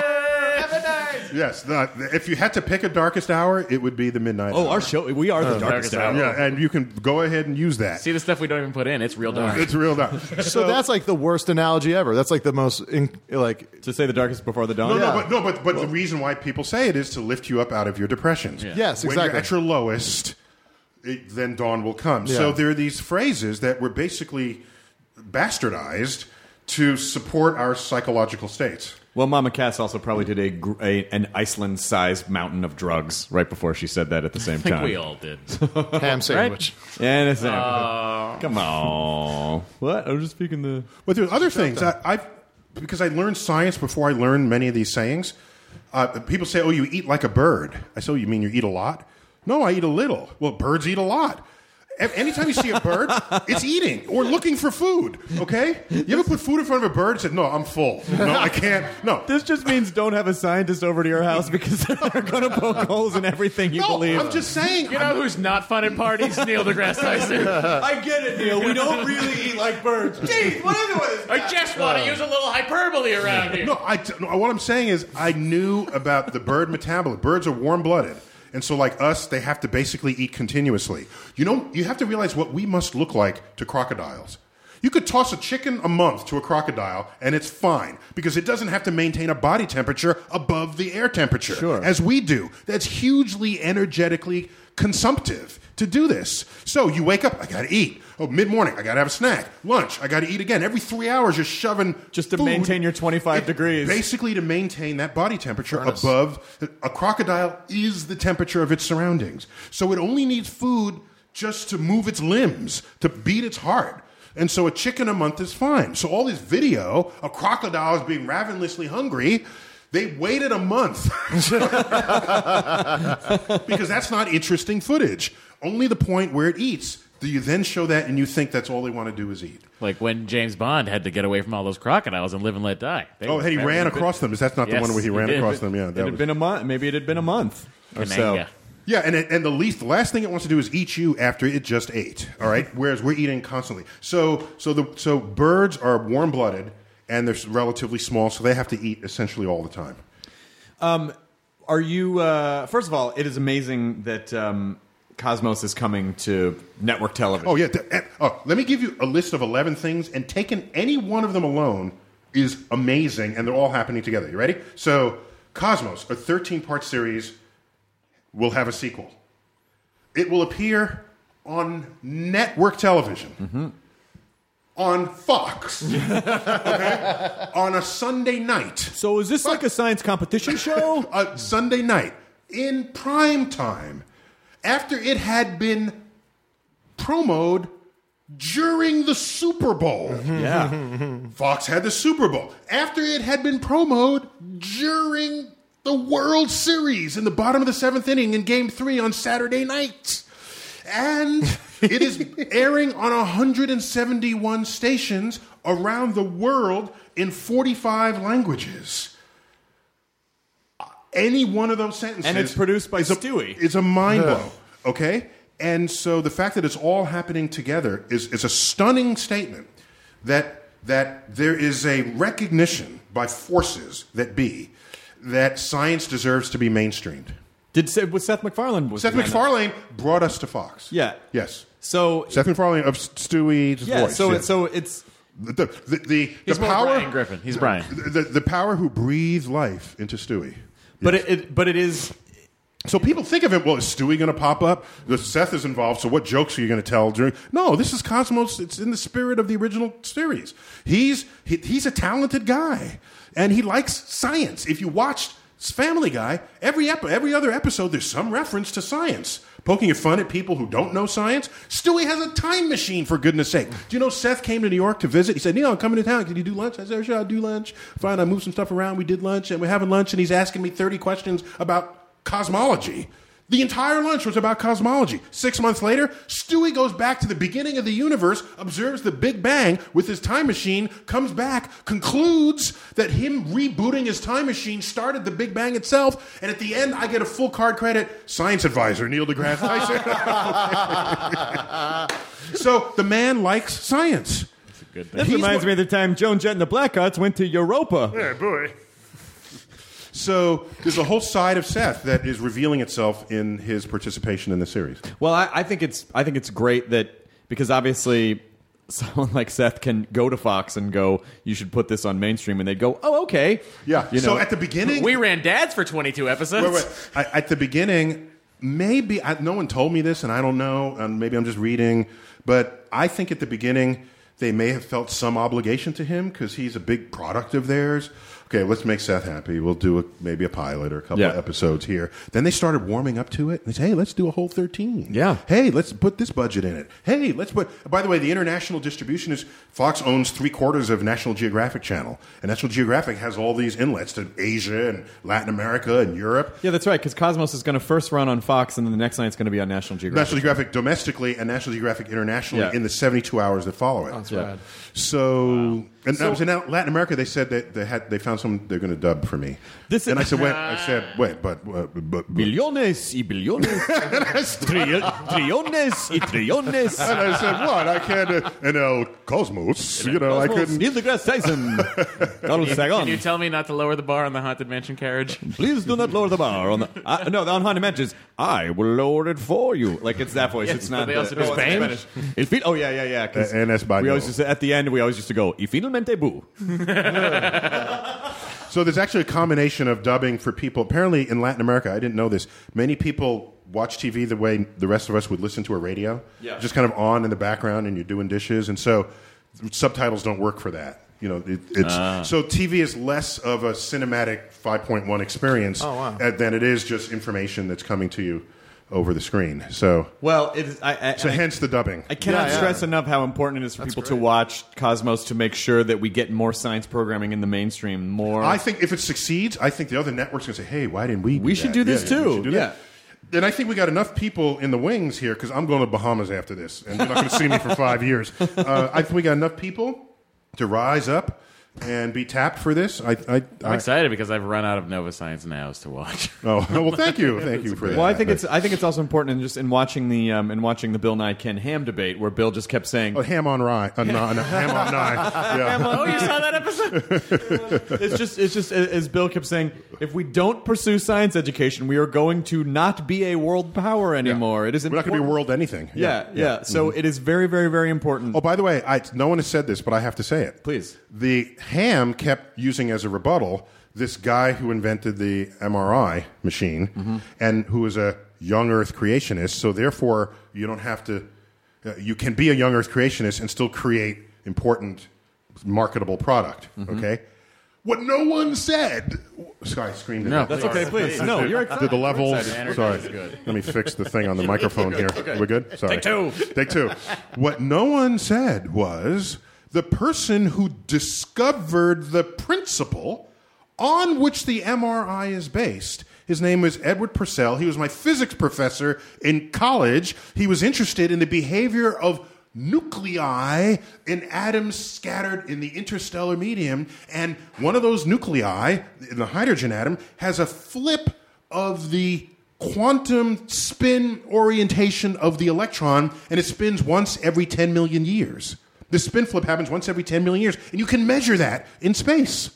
S7: Yes. The, if you had to pick a darkest hour, it would be the midnight.
S4: oh,
S7: hour.
S4: our show. We are the darkest,
S8: darkest
S4: hour.
S8: hour.
S7: Yeah, and you can go ahead and use that.
S8: See the stuff we don't even put in. It's real dark.
S7: it's real dark.
S9: So that's like the worst analogy ever. That's like the most in, like
S4: To say the darkest before the dawn.
S7: No, no, but no, but but the reason why people say it is to lift you up out of your depressions.
S9: Yes,
S7: When
S9: exactly.
S7: you're at your lowest, it, then dawn will come. So
S9: Yeah.
S7: there are these phrases that were basically bastardized to support our psychological states.
S4: Well, Mama Cass also probably did a, gr- a an Iceland-sized mountain of drugs right before she said that at the same
S8: I think
S4: time.
S8: we all did.
S9: ham sandwich.
S4: And it's come on. What? I was just speaking the.
S7: But there's other things I, I've because I learned science before I learned many of these sayings. Uh, people say, "Oh, you eat like a bird." I say, oh, "You mean you eat a lot?" No, I eat a little. Well, birds eat a lot. A- Anytime you see a bird, it's eating or looking for food. Okay, you ever put food in front of a bird and said, "No, I'm full. No, I can't." No,
S4: This just means don't have a scientist over to your house because they're going to poke holes in everything you
S7: no,
S4: believe.
S7: I'm just saying.
S8: You know who's not fun at parties? Neil deGrasse Tyson.
S4: I get it, Neil. We don't really eat like birds. Jeez, what is it with
S8: I just want to use a little hyperbole around here.
S7: Uh. No, I, t- no, what I'm saying is I knew about the bird metabolism. Birds are warm blooded. And so, like us, they have to basically eat continuously. You know, you have to realize what we must look like to crocodiles. You could toss a chicken a month to a crocodile, and it's fine because it doesn't have to maintain a body temperature above the air temperature
S4: Sure.
S7: as we do. That's hugely energetically consumptive to do this. So you wake up, I gotta eat. Oh, mid morning, I gotta have a snack. Lunch, I gotta eat again. Every three hours, you're shoving
S4: Just to
S7: food
S4: maintain your 25 degrees.
S7: Basically, to maintain that body temperature above a crocodile is the temperature of its surroundings. So it only needs food just to move its limbs, to beat its heart. And so a chicken a month is fine. So all this video of crocodiles being ravenously hungry, they waited a month because that's not interesting footage. Only the point where it eats do you then show that and you think that's all they want to do is eat.
S8: Like when James Bond had to get away from all those crocodiles and live and let die. They
S7: Oh, hey, he
S8: were-
S7: ran across them. Is that not the
S8: Yes,
S7: one where he
S8: he
S7: ran
S8: did.
S7: across them? Yeah,
S4: It had been a month. Maybe it had been a month or so.
S8: Kananga.
S7: Yeah, and it, and the least the last thing it wants to do is eat you after it just ate. All right, whereas we're eating constantly. So so the so birds are warm blooded and they're s- relatively small, so they have to eat essentially all the time.
S4: Are you? Uh, first of all, it is amazing that um, Cosmos is coming to network television.
S7: Oh yeah. th- eh, oh, let me give you a list of eleven things, and taking any one of them alone is amazing, and they're all happening together. You ready? So, Cosmos, a thirteen-part series, will have a sequel. It will appear on network television. On Fox, okay? on a Sunday night,
S4: So is this like a science competition show?
S7: a uh, Sunday night in prime time, after it had been promoed during the Super Bowl.
S4: yeah.
S7: Fox had the Super Bowl after it had been promoed during the World Series in the bottom of the seventh inning in Game Three on Saturday night, and it is airing on 171 stations around the world in 45 languages. Any one of those sentences,
S4: And it's produced by
S7: is a-
S4: Stewie.
S7: It's a mind blow. Okay, and so the fact that it's all happening together is is a stunning statement that that there is a recognition by forces that be that science deserves to be mainstreamed.
S4: Did Seth, was Seth MacFarlane? Was
S7: Seth
S4: behind that?
S7: MacFarlane brought us to Fox.
S4: Yeah.
S7: Yes.
S4: So
S7: Seth MacFarlane of Stewie's
S4: yeah.
S7: voice.
S4: So it's so it's
S7: the the the, the,
S8: He's more
S7: power
S8: Brian Griffin. He's Brian.
S7: The, the power who breathed life into Stewie.
S4: but it, it but it is
S7: So people think of it. Well, is Stewie going to pop up? The Seth is involved. So what jokes are you going to tell during? No, this is Cosmos. It's in the spirit of the original series. He's he, he's a talented guy, and he likes science. If you watched Family Guy, every ep- every other episode, there's some reference to science. Poking fun at people who don't know science. Stewie has a time machine, for goodness sake. Do you know Seth came to New York to visit? He said, Neil, I'm coming to town. Can you do lunch? I said, sure, I'll do lunch. Fine, I moved some stuff around. We did lunch, and we're having lunch, and he's asking me 30 questions about cosmology. The entire lunch was about cosmology. Six months later, Stewie goes back to the beginning of the universe, observes the Big Bang with his time machine, comes back, concludes that him rebooting his time machine started the Big Bang itself, and at the end, I get a full card credit. Science advisor Neil deGrasse Tyson. so the man likes science.
S4: This reminds me of the time Joan Jett and the Blackouts went to Europa.
S7: Yeah, boy. So there's a whole side of Seth that is revealing itself in his participation in the series.
S4: Well, I, I think it's I think it's great that because obviously someone like Seth can go to Fox and go, you should put this on mainstream, and they'd go, oh okay,
S7: Yeah.
S4: You
S7: so
S4: know,
S7: at the beginning,
S8: We ran dads for 22 episodes.
S7: Wait, wait. I, at the beginning, maybe I, no one told me this, and I don't know, and maybe I'm just reading, but I think at the beginning they may have felt some obligation to him because he's a big product of theirs. Okay, let's make Seth happy. We'll do a, maybe a pilot or a couple
S4: Yeah.
S7: of episodes here. Then they started warming up to it. They said, "Hey, let's do a whole 13.
S4: Yeah.
S7: Hey, let's put this budget in it. Hey, let's put. By the way, the international distribution is Fox owns three quarters of National Geographic Channel, and National Geographic has all these inlets to Asia and Latin America and Europe.
S4: yeah, that's right. Because Cosmos is going to first run on Fox, and then the next night it's going to be on National Geographic.
S7: National Geographic domestically and National Geographic internationally
S4: Yeah.
S7: in the 72 hours that follow it.
S4: Yeah.
S7: So, and I was in Latin America. They said that they had they found someone they're going to dub for me.
S4: This is-
S7: and I said, wait, I said, wait, but uh, but, but
S4: Billones y billones, Tri- trillones y
S7: and
S4: trillones.
S7: I said, what? I can't. Uh, and El Cosmos, you know, I couldn't.
S4: Neil deGrasse Tyson, Carl
S8: Can you
S4: Sagan.
S8: tell me not to lower the bar on the haunted mansion carriage?
S4: Please do not lower the bar on the uh, no on haunted mansions. I will lower it for you. Like it's that voice. it's
S8: but
S4: not.
S8: they
S4: the-
S8: also do
S4: no, it's in
S8: Spanish.
S4: Spanish. El fin- oh yeah, yeah, yeah. 'cause
S7: Uh, and that's by
S4: we always
S7: Noel.
S4: used to, at the end we always used to go y finalmente bu.
S7: So there's actually a combination of dubbing for people. Apparently, in Latin America, I didn't know this. Many people watch TV the way the rest of us would listen to a radio,
S4: Yeah.
S7: just kind of on in the background, and you're doing dishes, and so subtitles don't work for that. You know, it, it's
S4: Ah.
S7: so TV is less of a cinematic 5.1 experience
S4: Oh,
S7: uh, than it is just information that's coming to you over the screen. So,
S4: Well, it is. I, I,
S7: so
S4: I-
S7: hence the dubbing.
S4: I cannot
S9: Yeah, yeah.
S4: stress enough how important it is for people to watch Cosmos to make sure that we get more science programming in the mainstream. More.
S7: I think if it succeeds, I think the other networks gonna say, "Hey, why didn't we? Do
S4: We
S7: that?
S4: should do this
S7: yeah,
S4: too.
S7: We should do that. And I think we got enough people in the wings here because I'm going to Bahamas after this, and you're not going to see me for five years. Uh, I think we got enough people to rise up and be tapped for this. I, I,
S8: I'm
S7: I
S8: excited because I've run out of Nova Science nows to watch.
S7: oh well, thank you, thank you for that.
S4: Well, I think it's I think it's also important in just in watching the um, in watching the Bill Nye Ken Ham debate where Bill just kept saying
S7: Oh, ham on rye, uh, no, no, ham on nine. Yeah.
S8: oh, you saw that episode?
S4: it's just it's just as Bill kept saying if we don't pursue science education we are going to not be a world power anymore. It is
S7: We're not going to be
S4: important-
S7: world anything.
S4: Yeah, yeah. So it is very very very important.
S7: Oh, by the way, I, no one has said this, but I have to say it.
S4: Please.
S7: The ham kept using as a rebuttal this guy who invented the MRI machine and who is a young Earth creationist. So therefore, you don't have to. Uh, you can be a young Earth creationist and still create important, marketable product. Okay. What no one said. Sorry, I screamed. No,
S4: That's okay, please. No, you're
S7: did the levels.
S8: excited.
S7: Sorry,
S8: Energy is good.
S7: let me fix the thing on the microphone here. We're good. Sorry.
S8: Take two.
S7: Take two. What no one said was the person who discovered the principle on which the MRI is based. His name is Edward Purcell. He was my physics professor in college. He was interested in the behavior of nuclei in atoms scattered in the interstellar medium. And one of those nuclei, in the hydrogen atom, has a flip of the quantum spin orientation of the electron, and it spins once every 10 million years. The spin flip happens once every 10 million years, and you can measure that in space.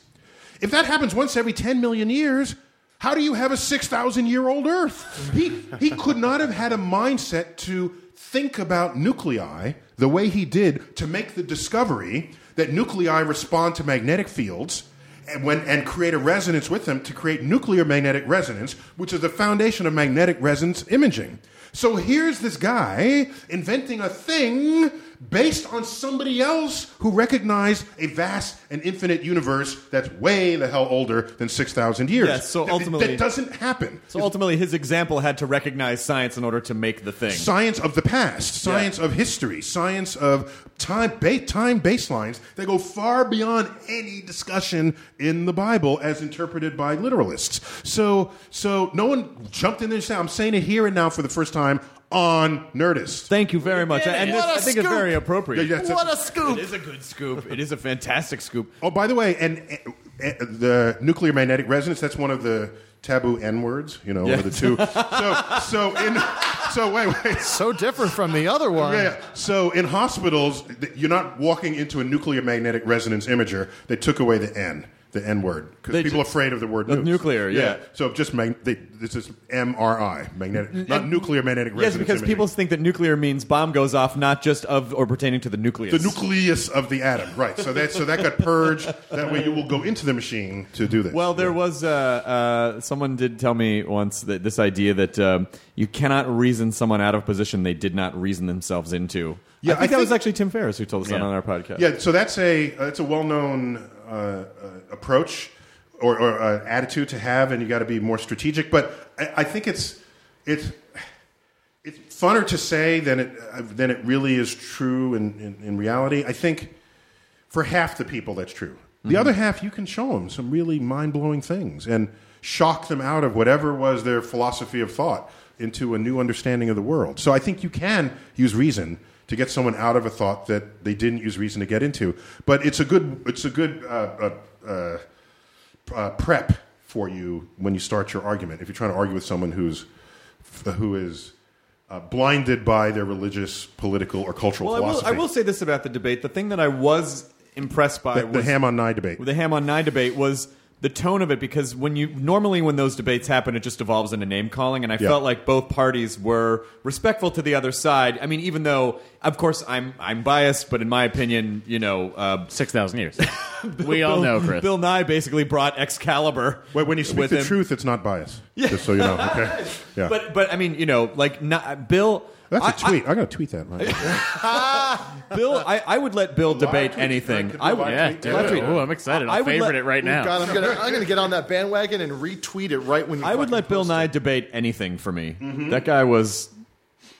S7: If that happens once every 10 million years, how do you have a 6,000 year old Earth? He, he could not have had a mindset to think about nuclei the way he did to make the discovery that nuclei respond to magnetic fields and, when, and create a resonance with them to create nuclear magnetic resonance, which is the foundation of magnetic resonance imaging. So here's this guy inventing a thing based on somebody else who recognized a vast and infinite universe that's way the hell older than 6,000 years.
S4: Yes, so
S7: That-
S4: ultimately-
S7: That doesn't happen.
S4: So ultimately, his example had to recognize science in order to make the thing.
S7: Science of the past, science of history, science of time, ba- time baselines that go far beyond any discussion in the Bible as interpreted by literalists. So, so no one jumped in there and said, I'm saying it here and now for the first time on Nerdist.
S4: Thank you very much. And this,
S9: What a
S4: I think it's
S9: scoop.
S4: very appropriate.
S7: Yeah, that's it.
S9: What a scoop!
S4: It is a good scoop. It is a fantastic scoop.
S7: Oh, by the way, and, and, and the nuclear magnetic resonance, that's one of the taboo N words, you know, one of the two. so, so, in, so wait, wait.
S9: So different from the other one.
S7: Yeah, yeah. So in hospitals, th- you're not walking into a nuclear magnetic resonance imager. They took away the N, the N word,
S4: They
S7: because people
S4: ju-
S7: are afraid of the word
S4: Of
S7: nukes.
S4: nuclear, yeah.
S7: So just mag- they, this is MRI, magnetic, not nuclear magnetic resonance.
S4: Yes, because
S7: imaging.
S4: people think that nuclear means bomb goes off, not just of or pertaining to the nucleus.
S7: The nucleus of the atom, right? So that so that got purged. That way, you will go into the machine to do this.
S4: Well, there was uh, uh, someone did tell me once that this idea that um, you cannot reason someone out of position they did not reason themselves into.
S7: Yeah,
S4: I think
S7: I
S4: that was
S7: think-
S4: actually Tim Ferriss who told us that on our podcast.
S7: Yeah, so that's a uh, it's a well known uh, uh, approach or, or uh, attitude to have, and you got to be more strategic. But I, I think it's it's it's funner to say than it uh, than it really is true in, in, in reality. I think for half the people that's true. The other half, you can show them some really mind blowing things and shock them out of whatever was their philosophy of thought into a new understanding of the world. So I think you can use reason to get someone out of a thought that they didn't use reason to get into. But it's a good it's a good uh, uh, uh, uh, prep for you when you start your argument. If you're trying to argue with someone who's who is uh, blinded by their religious, political, or cultural
S4: Well, I will,
S7: philosophy.
S4: I will say this about the debate: the thing that I was impressed by
S7: the, the
S4: was
S7: ham on nine debate.
S4: the ham on nine debate was the tone of it because when you normally when those debates happen it just evolves into name calling and i
S7: Yeah.
S4: felt like both parties were respectful to the other side i mean even though of course i'm i'm biased but in my opinion you know uh,
S8: Six thousand years. we all know, Chris.
S4: bill nye basically brought excalibur
S7: Wait, when you speak
S4: with
S7: the
S4: him.
S7: truth, it's not bias. Just so you know. Okay. Yeah.
S4: but but i mean you know like not, bill
S7: that's a
S4: I- I-
S7: tweet. I, am gonna tweet that. Right?
S4: bill I, I would let bill debate
S7: tweet.
S4: anything
S7: Could we
S4: i
S7: live
S4: would
S8: yeah,
S7: tweet
S8: do
S7: that?
S8: it. Ooh, I'm excited.
S4: I
S8: I'll
S4: would
S8: favorite
S4: let-
S8: it right now.
S9: God, I'm gonna I'm gonna get on that bandwagon and retweet it right when you
S4: i would
S9: fucking
S4: let bill
S9: post it.
S4: nye debate anything for me
S7: Mm-hmm.
S4: that guy was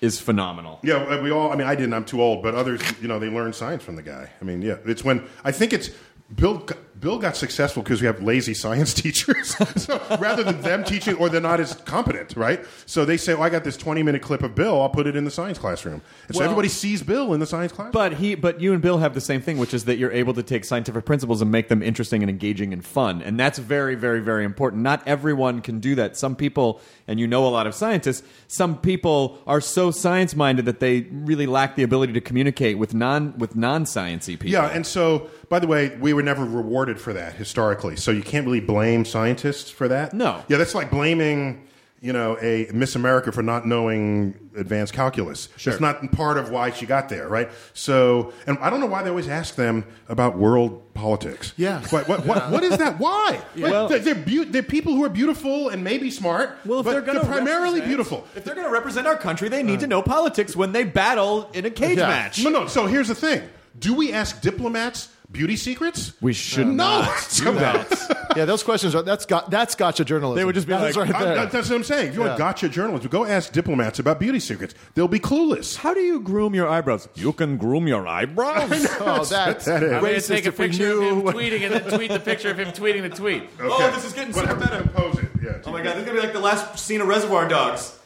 S4: is phenomenal
S7: yeah. We all. I mean, I didn't. I'm too old. But others, you know, they learned science from the guy. I mean, yeah. It's when I think it's Bill. Bill got successful because we have lazy science teachers. so rather than them teaching, or they're not as competent, right? So they say, "Oh, I got this twenty-minute clip of Bill. I'll put it in the science classroom." And so
S4: Well-
S7: everybody sees Bill in the science classroom.
S4: But he, but you and Bill have the same thing, which is that you're able to take scientific principles and make them interesting and engaging and fun, and that's very, very, very important. Not everyone can do that. Some people, and you know a lot of scientists, some people are so science minded that they really lack the ability to communicate with non with non sciencey people.
S7: Yeah, and so by the way, we were never rewarded for that historically. So you can't really blame scientists for that.
S4: No.
S7: Yeah, that's like blaming you know a Miss America for not knowing advanced calculus.
S4: Sure.
S7: It's not part of why she got there, right? So, and I don't know why they always ask them about world politics.
S9: Yeah.
S7: What what what, what is that? Why? Like,
S4: Well-
S7: they're, they're, beau- they're people who are beautiful and maybe smart.
S4: Well, if
S7: but
S4: they're going to
S7: primarily beautiful. Uh.
S4: if they're going to represent our country, they need to know politics when they battle in a cage
S9: Yeah.
S4: match.
S7: No, no. So here's the thing: Do we ask diplomats beauty secrets?
S4: We should
S7: no.
S4: do that.
S9: yeah, those questions are that's got that's gotcha journalism.
S4: They would just be
S9: That's
S4: like,
S9: right
S7: I-
S9: there.
S7: that- that's what I'm saying. If you want
S9: Yeah.
S7: gotcha journalism, go ask diplomats about beauty secrets. They'll be clueless.
S4: How do you groom your eyebrows? You can groom your eyebrows.
S9: oh,
S7: That
S9: that's
S7: is.
S8: I'm going to
S9: racist.
S8: take a
S9: if we
S8: picture of
S9: knew
S8: him
S9: what-
S8: tweeting and then tweet the picture of him tweeting the tweet.
S4: Oh, this is getting super meta.
S7: Compose it. Yeah.
S4: Oh my god, this is gonna be like the last scene of Reservoir Dogs.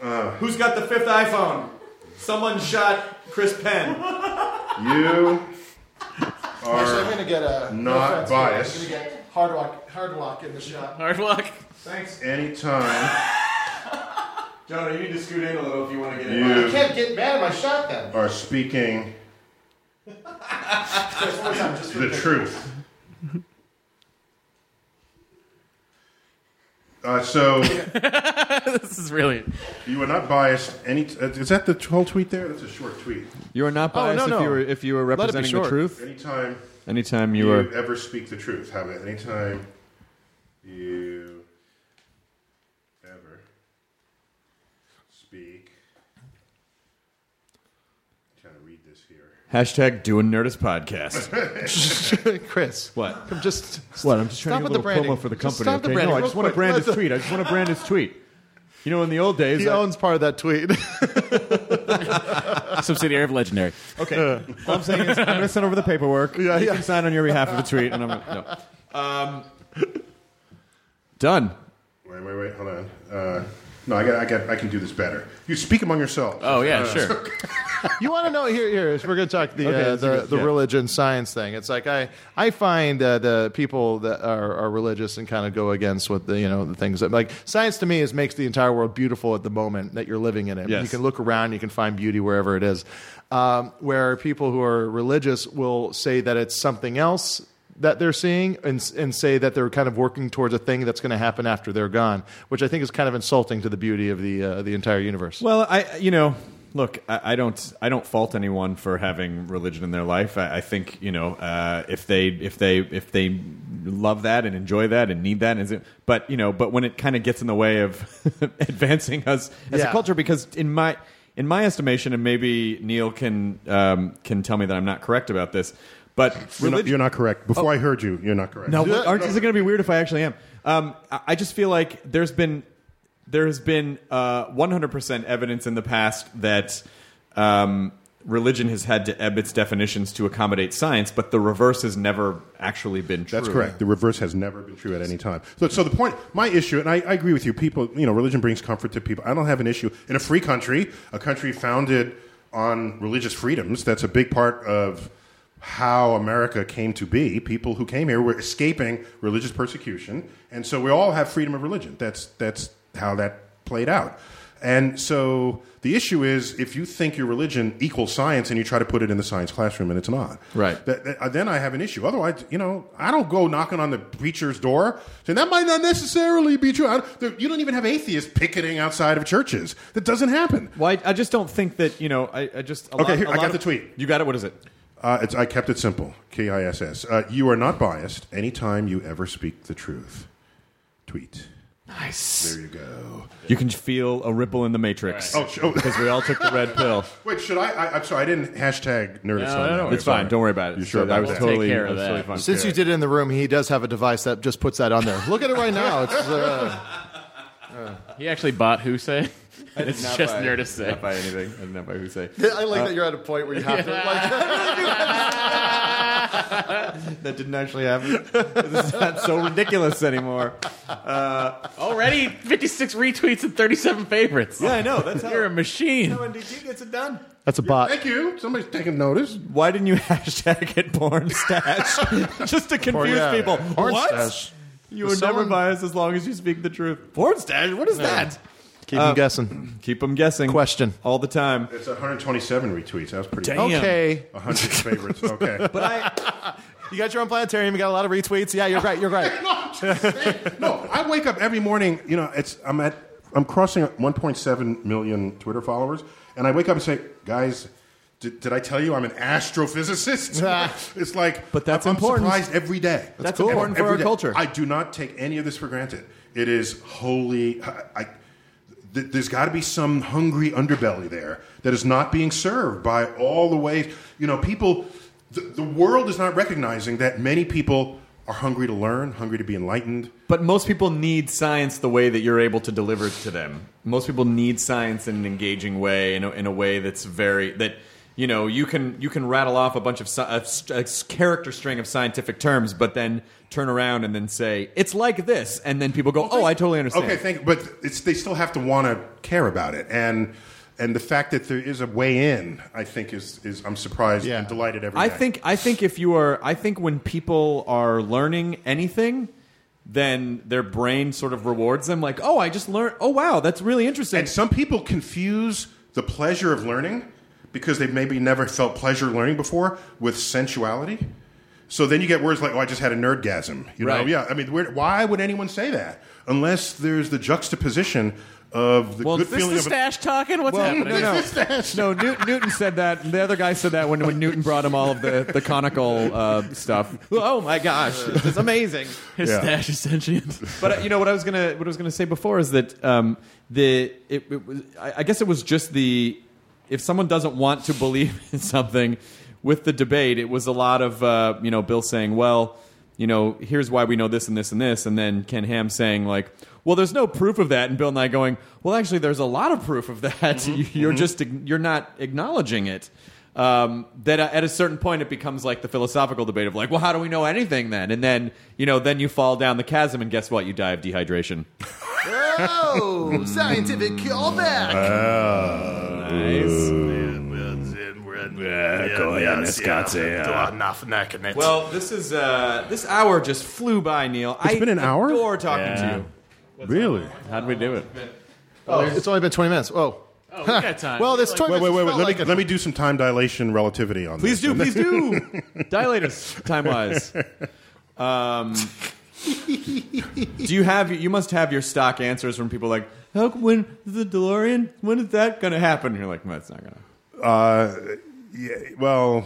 S4: Who's got the fifth iPhone? Someone shot Chris Penn.
S7: You
S9: Actually, I'm going to get a
S7: Not
S9: offense,
S7: biased.
S9: I'm going to get hard rock, hard rock in the shot.
S8: Hard luck.
S7: thanks anytime.
S4: Jonah, you need to scoot in a little if you want to get in.
S9: You
S7: You
S9: can't get mad at my shot then.
S7: are speaking the truth. Uh, so
S8: This is really.
S7: you are not biased. Any t- is that the whole tweet there? That's a short tweet.
S4: You are not
S9: Oh,
S4: biased
S9: no,
S4: if
S9: no.
S4: you were if you were
S9: Let it be
S4: representing the
S9: short.
S4: truth.
S7: Anytime
S4: Anytime you
S7: you
S4: were
S7: ever speak the truth. How about anytime you ever speak? I'm trying to read this here.
S4: hashtag doing Nerdist podcast.
S9: Chris,
S4: What?
S9: I'm just
S4: What? I'm just
S9: Stop
S4: trying
S9: with
S4: to
S9: the
S4: get a little
S9: branding.
S4: promo for the company.
S9: Just stop the
S4: okay?
S9: branding
S4: No, I
S9: real
S4: just want to
S9: quick.
S4: brand
S9: Let
S4: his
S9: the-
S4: tweet. I just want to brand his tweet. You know, in the old days,
S9: he
S4: I-
S9: owns part of that tweet.
S8: Subsidiary of Legendary.
S4: Okay. All I'm saying is I'm going to send over the paperwork. Yeah, you can sign on your behalf of the tweet, and I'm gonna, no. Um, done.
S7: Wait, wait, wait. Hold on. Uh, no, I got, I got, I can do this better. You speak among yourselves.
S8: Oh, yeah, sure.
S9: you want to know here? Here we're going to talk the
S4: Okay,
S9: uh,
S4: let's
S9: the,
S4: do it.
S9: the
S4: Yeah.
S9: religion science thing. It's like I I find uh, the people that are, are religious and kind of go against what the you know the things that like science to me is makes the entire world beautiful at the moment that you're living in it.
S4: Yes.
S9: You can look around, you can find beauty wherever it is. Um, where people who are religious will say that it's something else. That they're seeing and, s- and say that they're kind of working towards a thing that's going to happen after they're gone, which I think is kind of insulting to the beauty of the uh, the entire universe.
S4: Well, I you know, look, I, I don't I don't fault anyone for having religion in their life. I, I think you know uh, if they if they if they love that and enjoy that and need that, and is- but you know, but when it kind of gets in the way of advancing us as a
S9: Yeah.
S4: culture, because in my in my estimation, and maybe Neil can um, can tell me that I'm not correct about this, but
S7: You're not,
S4: religion. Oh.
S7: you're not correct. Before I heard you, you're not correct.
S4: No, what, aren't- is it going to be weird if I actually am? Um, I, I just feel like there's been there has been uh, 100% evidence in the past that um, religion has had to ebb its definitions to accommodate science, but the reverse has never actually been true.
S7: That's correct. The reverse has never been true at any time. So, so the point, my issue, and I, I agree with you. People, you know, religion brings comfort to people. I don't have an issue in a free country, a country founded on religious freedoms. That's a big part of how America came to be. People who came here were escaping religious persecution, and so we all have freedom of religion. That's that's how that played out. And so the issue is if you think your religion equals science and you try to put it in the science classroom and it's not.
S4: Right.
S7: That, that- uh, then I have an issue. Otherwise, you know, I don't go knocking on the preacher's door. saying that might not necessarily be true. I don't, there- you don't even have atheists picketing outside of churches. That doesn't happen.
S4: Well, I, I just don't think that you know. I, I just a
S7: Okay,
S4: lot-
S7: here,
S4: a
S7: I got
S4: lot of-
S7: the tweet.
S4: You got it. What is it?
S7: Uh, it's, I kept it simple. K I S S. Uh, you are not biased anytime you ever speak the truth. Tweet.
S4: Nice.
S7: There you go.
S4: You can feel a ripple in the matrix
S7: Oh, sh- oh.
S4: because we all took the red pill.
S7: Wait, should I? I I'm sorry, I didn't hashtag nerdist
S8: No,
S7: on
S8: no,
S7: that.
S8: no,
S7: I'm
S4: It's fine.
S7: sorry.
S4: Don't worry about it.
S7: You sure
S4: So
S7: about
S4: I was
S7: that?
S4: totally,
S8: Take care
S4: I
S8: of
S4: was
S8: that.
S4: totally fine.
S9: Since you did it in the room, he does have a device that just puts that on there. Look at it right now. It's uh,
S8: He actually bought Who Say. It's
S4: Not
S8: just
S4: by-
S8: Nerdist Say.
S4: Not by anything. Not by who say.
S9: I like that you're at a point where you have to. Like,
S4: that didn't actually happen. This is not so ridiculous anymore.
S8: Already 56 retweets and 37 favorites.
S4: Yeah, I know. That's how,
S8: You're a machine.
S4: how NDT gets it done.
S9: That's a bot.
S7: Thank you. Somebody's taking notice.
S4: Why didn't you hashtag it porn stash? Just to confuse
S9: yeah.
S4: people.
S9: Porn
S4: what?
S9: stash.
S4: You
S9: Was
S4: are
S9: someone-
S4: never biased as long as you speak the truth. Porn stash? What is that?
S9: Keep them guessing.
S4: Keep them guessing.
S9: Question.
S4: All the time.
S7: It's 127 retweets. That was pretty.
S4: Damn.
S9: Okay.
S7: 100 favorites. Okay.
S4: But I,
S9: You got your own planetarium. You got a lot of retweets. Yeah, you're right. You're right.
S7: no, I wake up every morning. You know, it's I'm at I'm crossing 1.7 million Twitter followers, and I wake up and say, guys. Did, did I tell you I'm an astrophysicist? it's like,
S4: But that's
S7: I'm,
S4: important.
S7: I'm surprised every day. That's,
S4: cool. important for our culture.
S7: I do not take any of this for granted. It is holy. I, I, th- there's got to be some hungry underbelly there that is not being served by all the ways. You know, people, the, the world is not recognizing that many people are hungry to learn, hungry to be enlightened.
S4: But most people need science the way that you're able to deliver it to them. Most people need science in an engaging way, in a, in a way that's very that you know you can you can rattle off a bunch of sci- a, st- a s- character string of scientific terms, but then turn around and then say it's like this, and then people go, oh, I totally understand.
S7: Okay, thank you. But it's, they still have to want to care about it. And and the fact that there is a way in, I think, is, is I'm surprised
S9: Yeah.
S7: and delighted every
S4: I
S7: day.
S4: think I think if you are I think when people are learning anything, then their brain sort of rewards them like, oh, I just learned. Oh, wow, that's really interesting.
S7: And some people confuse the pleasure of learning because they've maybe never felt pleasure learning before with sensuality. So then you get words like, "Oh, I just had a nerdgasm." You
S4: Right.
S7: know, yeah. I mean, where, why would anyone say that unless there's the juxtaposition of the
S4: Well,
S7: good
S4: this
S7: feeling
S8: the
S7: of a- Oh,
S8: stash talking? What's happening?
S4: no, no. no Newt, Newton said that. and The other guy said that when, when Newton brought him all of the, the conical uh, stuff. Oh my gosh, this is amazing.
S8: His stash is sentient.
S4: But uh, you know what I was gonna what I was gonna say before is that um, the it, it was I, I guess it was just the if someone doesn't want to believe in something with the debate, it was a lot of uh, you know Bill saying, well, you know, here's why we know this and this and this, and then Ken Ham saying like. Well, there's no proof of that, and Bill and I going. Well, actually, there's a lot of proof of that. you're just you're not acknowledging it. Um, that at a certain point it becomes like the philosophical debate of like, well, how do we know anything then? And then you know, then you fall down the chasm, and guess what? You die of dehydration.
S9: Oh, scientific callback.
S4: Well, this is uh, this hour just flew by, Neil. It's
S7: been an hour?
S4: Adore talking
S8: Yeah.
S4: to you.
S7: really?
S8: How'd we do it?
S9: Oh, it's only been 20 minutes. Oh.
S8: Oh, we got time.
S9: Well, this
S8: Like-
S9: 20
S7: Wait, wait, wait. wait.
S9: minutes
S7: Let
S9: felt
S7: me
S9: like
S7: let me do some time dilation relativity on
S4: Please
S7: this.
S4: do, please do. Dilate us time wise. Um, do you have? You must have your stock answers from people like, "How when the DeLorean? When is that going to happen?" And you're like, "No, it's not going to."
S7: Uh, yeah, well,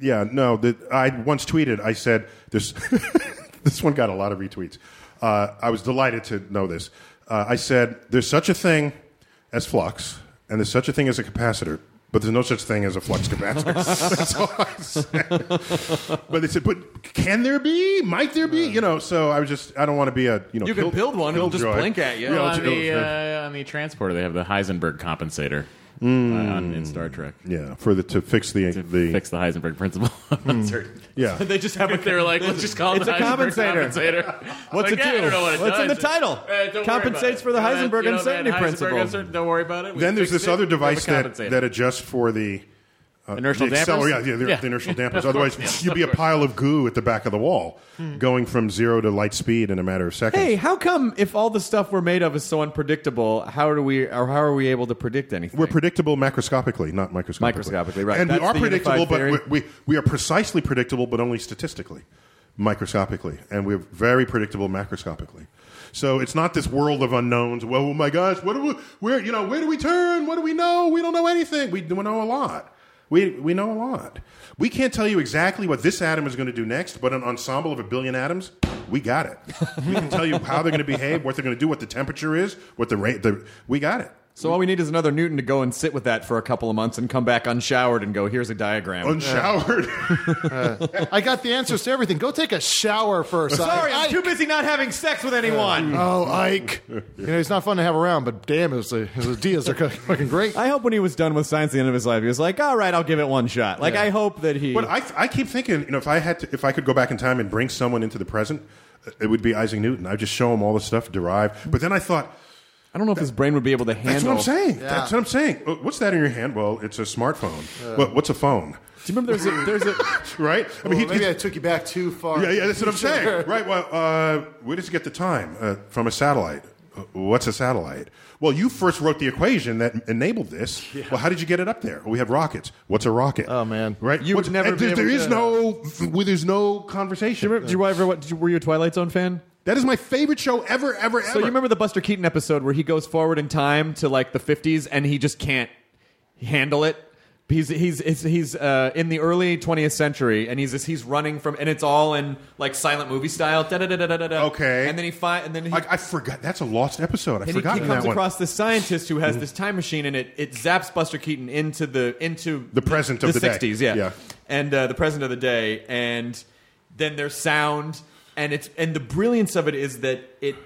S7: yeah, no. The, I once tweeted. I said this. this one got a lot of retweets. Uh, I was delighted to know this. Uh, I said there's such a thing as flux, and there's such a thing as a capacitor, but there's no such thing as a flux capacitor. That's all I said. but they said, but can there be? Might there be? You know. So I was just. I don't want to be a. You know.
S4: You can build one; it'll just
S7: killjoy.
S4: blink at you.
S7: Yeah,
S8: Well,
S7: it's-
S8: on, the,
S7: it'll-
S8: uh, on the transporter, they have the Heisenberg compensator
S4: Mm.
S8: uh, on, in Star Trek.
S7: yeah, for the to fix the the
S8: Fix the Heisenberg principle.
S7: yeah.
S4: They just have a
S8: They were like, let's just call it
S4: Hmm. It's
S8: the
S4: a
S8: Heisenberg
S4: compensator.
S8: compensator.
S4: What's it
S8: Like, yeah, I
S4: do?
S8: don't know what it
S4: What's in
S8: does.
S4: the title?
S8: Uh, don't worry about
S4: Compensates
S8: it.
S4: for the
S8: Uh,
S4: Heisenberg
S8: you know, that
S4: uncertainty
S8: Heisenberg
S4: principle.
S8: uncertainty, Don't worry about it. We
S7: then there's
S8: fixed
S7: this
S8: it.
S7: other
S8: We have a
S7: device that,
S8: compensator.
S7: that adjusts for the uh,
S8: Inertial
S7: the
S8: dampers?
S7: acceler- yeah, yeah, the,
S8: Yeah.
S7: the inertial
S8: Yeah, Hmm.
S7: dampers.
S8: of
S7: Otherwise,
S8: course, yes,
S7: you'd
S8: of
S7: be a
S8: course.
S7: pile of goo at the back of the wall, going from zero to light speed in a matter of seconds.
S4: Hey, how come if all the stuff we're made of is so unpredictable, how do we or how are we able to predict anything?
S7: We're predictable macroscopically, not microscopically.
S4: Microscopically, right.
S7: And
S4: That's
S7: we are
S4: the unified
S7: predictable, but
S4: theory.
S7: we, we, we are precisely predictable, but only statistically, microscopically. And we're very predictable macroscopically. So it's not this world of unknowns. Well, oh my gosh, what do we, where, you know, where do we turn? What do we know? We don't know anything. We, do know a lot. We, we know a lot. We can't tell you exactly what this atom is going to do next, but an ensemble of a billion atoms, we got it. we can tell you how they're going to behave, what they're going to do, what the temperature is, what the rate. The, we got it.
S4: So all we need is another Newton to go and sit with that for a couple of months and come back unshowered and go, here's a diagram.
S7: Unshowered.
S9: I got the answers to everything. Go take a shower first.
S4: Sorry,
S9: Ike.
S4: I'm too busy not having sex with anyone.
S7: Mm.
S9: Oh, Ike. You know, he's not fun to have around, but damn, his, his ideas are fucking great.
S4: I hope when he was done with science at the end of his life, he was like, all right, I'll give it one shot. Like, I hope that he.
S7: But I, I keep thinking, you know, if I had to, if I could go back in time and bring someone into the present, it would be Isaac Newton. I'd just show him all the stuff derived. But then I thought,
S4: I don't know if his brain would be able to handle.
S7: that's what I'm saying. That's what I'm saying. Uh, What's that in your hand? Well, it's a smartphone. Well, what's a phone?
S4: Do you remember there's a, there's a
S7: Right? I mean, he-
S9: maybe
S7: he-
S9: I took you back too far.
S7: yeah, yeah, that's what I'm saying. Right? Well, uh, where does it get the time uh, from a satellite? Uh, What's a satellite? Well, you first wrote the equation that enabled this. Well, how did you get it up there? We have rockets. What's a rocket?
S9: Oh, man.
S7: right?
S4: You would
S7: What's-
S4: never
S7: and
S4: be
S7: there- there
S4: able
S7: is
S4: to-
S7: no, well, there's no conversation.
S4: Do you ever what? Were you a Twilight Zone fan?
S7: That is my favorite show ever, ever, ever.
S4: So you remember the Buster Keaton episode where he goes forward in time to like the 50s and he just can't handle it. He's he's he's, he's uh, in the early 20th century and he's just, he's running from and it's all in like silent movie style. Da-da-da-da-da-da.
S7: Okay.
S4: And then he finds and then he,
S7: I, I forgot. That's a lost episode. I
S4: and he, he
S7: forgot
S4: comes
S7: that one. Mm-hmm.
S4: across this scientist who has this time machine and it, it zaps Buster Keaton into the into
S7: The present of the day.
S4: 60s, yeah.
S7: Yeah.
S4: And uh, the present of the day and then there's sound and it's and the brilliance of it is that it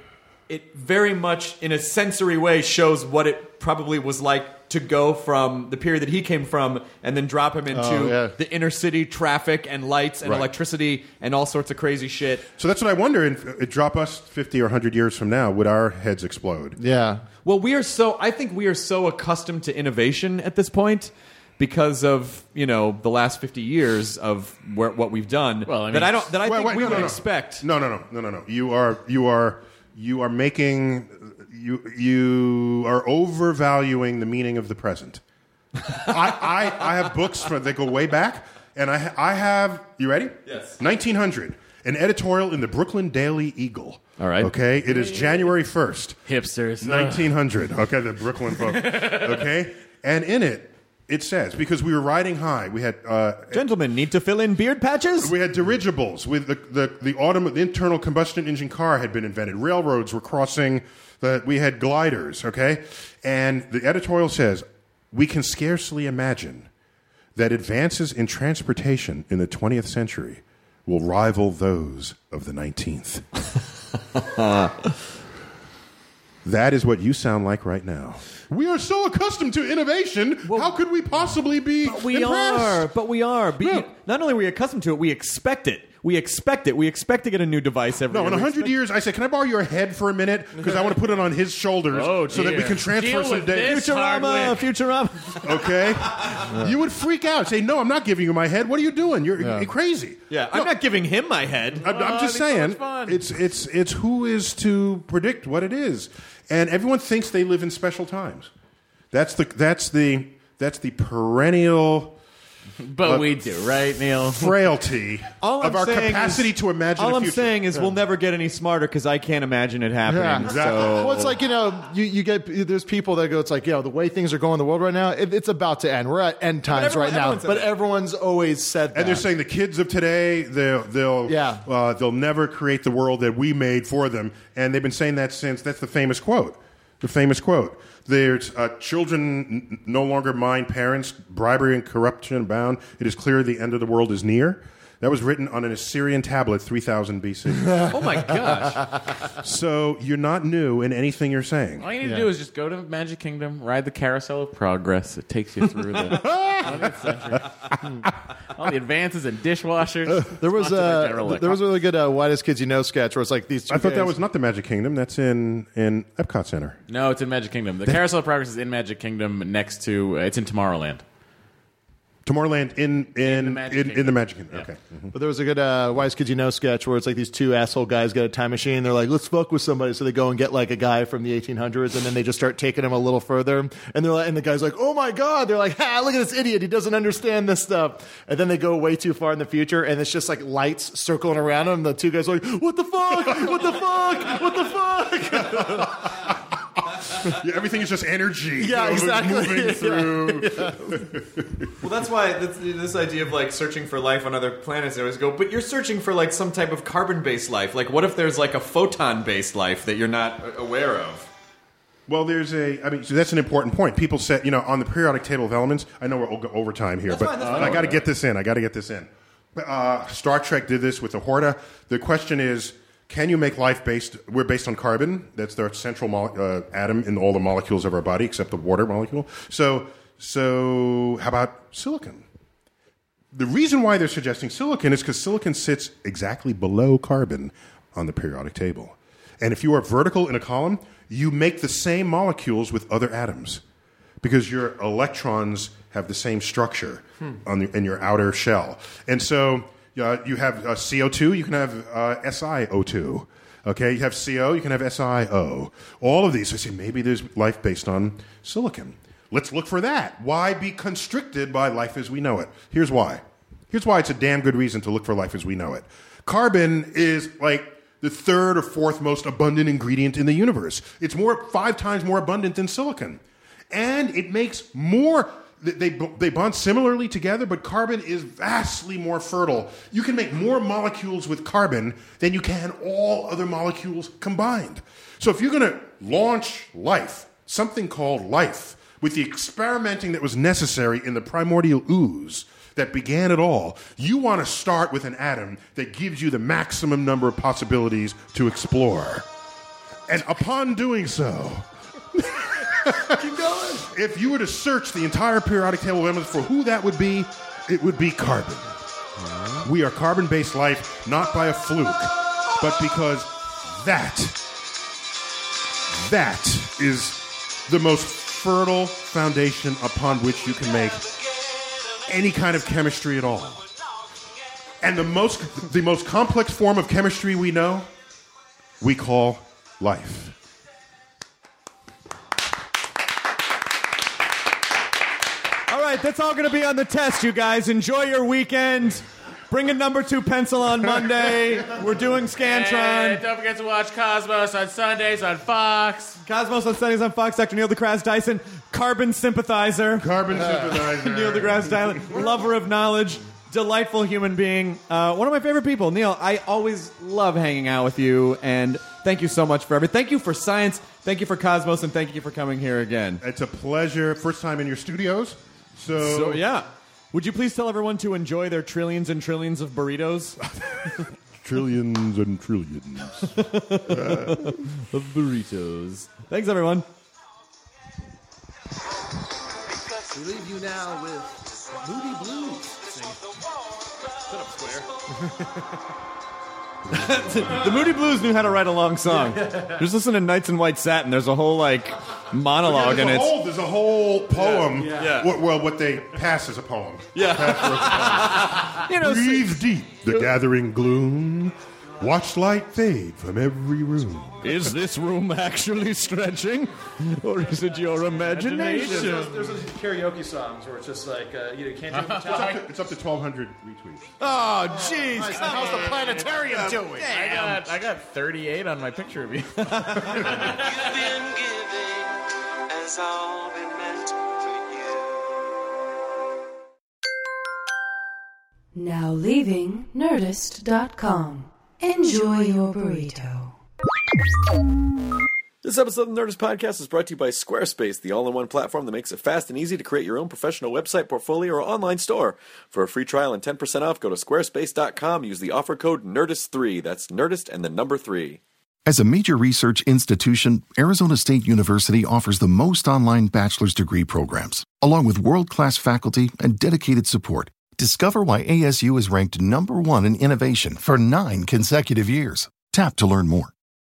S4: it very much in a sensory way shows what it probably was like to go from the period that he came from and then drop him into
S9: Oh, yeah.
S4: the inner city traffic and lights and
S7: Right.
S4: electricity and all sorts of crazy shit.
S7: so that's what I wonder. If, if drop us fifty or hundred years from now, would our heads explode?
S9: Yeah.
S4: Well, we are so. I think we are so accustomed to innovation at this point because of you know the last fifty years of where, what we've done.
S8: Well, I mean-
S4: that I don't. That I
S7: Wait,
S4: think
S7: wait,
S4: we
S7: no,
S4: would
S7: no, no.
S4: expect.
S7: No, no, no, no, no, no. You are, you are, you are making, you, you are overvaluing the meaning of the present. I, I, I have books for, that go way back, and I, ha- I have. You ready?
S4: Yes.
S7: 1900, an editorial in the Brooklyn Daily Eagle.
S8: All right.
S7: Okay, it is January 1st.
S8: Hipsters.
S7: 1900. Okay, the Brooklyn book. Okay, and in it, it says because we were riding high, we had uh,
S4: Gentlemen need to fill in beard patches.
S7: we had dirigibles with the the the, autom- the internal combustion engine car had been invented. Railroads were crossing. The, we had gliders. Okay, and the editorial says we can scarcely imagine that advances in transportation in the 20th century will rival those of the 19th. That is what you sound like right now. We are so accustomed to innovation. how could we possibly be
S4: We
S7: impressed?
S4: are, but we are. Be-
S7: No.
S4: Not only are we accustomed to it, we expect it. We expect it. We expect to get a new device every.
S7: No,
S4: year.
S7: in
S4: We
S7: a hundred
S4: expect-
S7: years, I said, "Can I borrow your head for a minute? Because I want to put it on his shoulders,
S8: Oh,
S7: so that we
S8: dear.
S7: can transfer
S8: Deal
S7: some
S8: with
S7: data."
S8: this.
S4: Futurama,
S8: Hardwick.
S4: Futurama.
S7: Okay, you would freak out. Say, "No, I'm not giving you my head. What are you doing? You're, you're crazy."
S4: yeah,
S7: No,
S4: I'm not giving him my head.
S7: I'm, I'm just
S8: Oh, that'd be so
S7: saying,
S8: much fun.
S7: it's it's it's who is to predict what it is, and everyone thinks they live in special times. That's the that's the that's the perennial uh,
S8: But we do, right, Neil?
S7: frailty
S4: All
S7: of
S4: I'm
S7: our
S4: saying is-
S7: capacity to imagine.
S4: All
S7: the
S4: I'm
S7: future.
S4: saying is, we'll never get any smarter because I can't imagine it happening.
S9: Yeah.
S7: Exactly.
S4: so-
S9: Well, it's like, you know, you, you get, there's people that go, it's like, you know, the way things are going in the world right now, it, it's about to end. We're at end times
S4: everyone-
S9: right now.
S4: everyone said
S9: But
S4: that.
S9: everyone's always said that.
S7: And they're saying the kids of today, they'll they'll
S9: Yeah.
S7: uh, they'll never create the world that we made for them, and they've been saying that since. That's the famous quote. The famous quote. There's uh, children n- no longer mind parents. Bribery and corruption abound. It is clear the end of the world is near. That was written on an Assyrian tablet, 3000 BC.
S4: oh my gosh!
S7: so you're not new in anything you're saying.
S8: All you need to do is just go to Magic Kingdom, ride the Carousel of Progress. It takes you through the 20th century. All the advances in dishwashers.
S9: Uh, there was
S8: Sponsored by
S9: a
S8: General Electric.
S9: there was a really good uh, "Whitest Kids You Know" sketch where it's like these. Two
S7: I thought that
S9: guys-
S7: was not the Magic Kingdom. That's in in Epcot Center.
S8: No, it's in Magic Kingdom. The Carousel of Progress is in Magic Kingdom next to. Uh, it's in Tomorrowland.
S7: Tomorrowland in in in,
S8: Magic
S7: in,
S8: Kingdom.
S7: the Magic Kingdom. Okay.
S9: But there was a good uh, "Wise Kids You Know" sketch where it's like these two asshole guys get a time machine. And they're like, "Let's fuck with somebody," so they go and get like a guy from the 1800s, and then they just start taking him a little further. And they're like, and the guy's like, "Oh my god!" They're like, "Ha! Look at this idiot. He doesn't understand this stuff." And then they go way too far in the future, and it's just like lights circling around him. And the two guys are like, "What the fuck? What the fuck? What the fuck?"
S7: Yeah, everything is just energy.
S9: Yeah,
S7: you know,
S9: exactly.
S7: Moving
S9: Yeah.
S7: through.
S4: well, that's why this, this idea of like searching for life on other planets. I always go, but you're searching for like some type of carbon-based life. Like, what if there's like a photon-based life that you're not aware of?
S7: Well, there's a. I mean, so that's an important point. People said, you know, on the periodic table of elements. I know we're o- over time here, but
S10: fine, that's
S7: but I got to get this in. I got to get this in. But, Uh, Star Trek did this with the Horta. The question is, can you make life based? We're based on carbon. That's the central mole, uh, atom in all the molecules of our body, except the water molecule. So, so how about silicon? The reason why they're suggesting silicon is because silicon sits exactly below carbon on the periodic table. And if you are vertical in a column, you make the same molecules with other atoms because your electrons have the same structure on the, in your outer shell. And so uh, you have uh, CO2, you can have uh, SiO2. Okay, you have CO, you can have SiO. All of these. I say maybe there's life based on silicon. Let's look for that. Why be constricted by life as we know it? Here's why. Here's why it's a damn good reason to look for life as we know it. Carbon is like the third or fourth most abundant ingredient in the universe. It's more five times more abundant than silicon, and it makes more. They, they- they bond similarly together, but carbon is vastly more fertile. You can make more molecules with carbon than you can all other molecules combined. So if you're going to launch life, something called life, with the experimenting that was necessary in the primordial ooze that began it all, you want to start with an atom that gives you the maximum number of possibilities to explore. And upon doing so, if you were to search the entire periodic table of elements for who that would be, it would be carbon. We are carbon based life, not by a fluke, but because that that is the most fertile foundation upon which you can make any kind of chemistry at all. And the most, the most complex form of chemistry we know, we call life.
S4: All right, that's all going to be on the test, you guys. Enjoy your weekend. Bring a number two pencil on Monday. We're doing Scantron.
S8: don't forget to watch Cosmos on Sundays on Fox.
S4: Cosmos on Sundays on Fox. Dr. Neil deGrasse Dyson, carbon sympathizer.
S7: Carbon sympathizer.
S4: Neil deGrasse Dyson, lover of knowledge, delightful human being, uh, one of my favorite people. Neil, I always love hanging out with you, and thank you so much for everything. Thank you for science. Thank you for Cosmos, and thank you for coming here again.
S7: It's a pleasure. First time in your studios. So,
S4: So yeah. Would you please tell everyone to enjoy their trillions and trillions of burritos?
S7: trillions and trillions.
S4: of burritos. Thanks, everyone.
S11: We leave you now with Moody Blues. Shut up, Square.
S4: The Moody Blues knew how to write a long song. Just listen to Knights in White Satin. There's a whole like monologue
S7: there's,
S4: and
S7: a
S4: it's
S7: whole, there's a whole poem.
S4: Yeah, yeah.
S7: What, well, what they pass as a poem. Yeah.
S4: you know s-
S7: Breathe deep the gathering gloom. Watch light fade from every room.
S4: Is this room actually stretching? Or is it your
S11: There's
S4: imagination?
S11: those, there's those karaoke songs where it's just like, uh, you know, you can't do it.
S7: It's up to, it's up to 1,200 retweets.
S4: Oh, jeez.
S8: How's the planetarium doing? I got, I got 38 on my picture of you.
S11: been giving has all been meant for you.
S6: Now leaving Nerdist.com. Enjoy your burrito.
S5: This episode of the Nerdist Podcast is brought to you by Squarespace, the all in one platform that makes it fast and easy to create your own professional website, portfolio, or online store. For a free trial and 10% off, go to squarespace.com. Use the offer code NERDIST3. That's Nerdist and the number 3.
S12: As a major research institution, Arizona State University offers the most online bachelor's degree programs, along with world class faculty and dedicated support. Discover why ASU is ranked number one in innovation for nine consecutive years. Tap to learn more.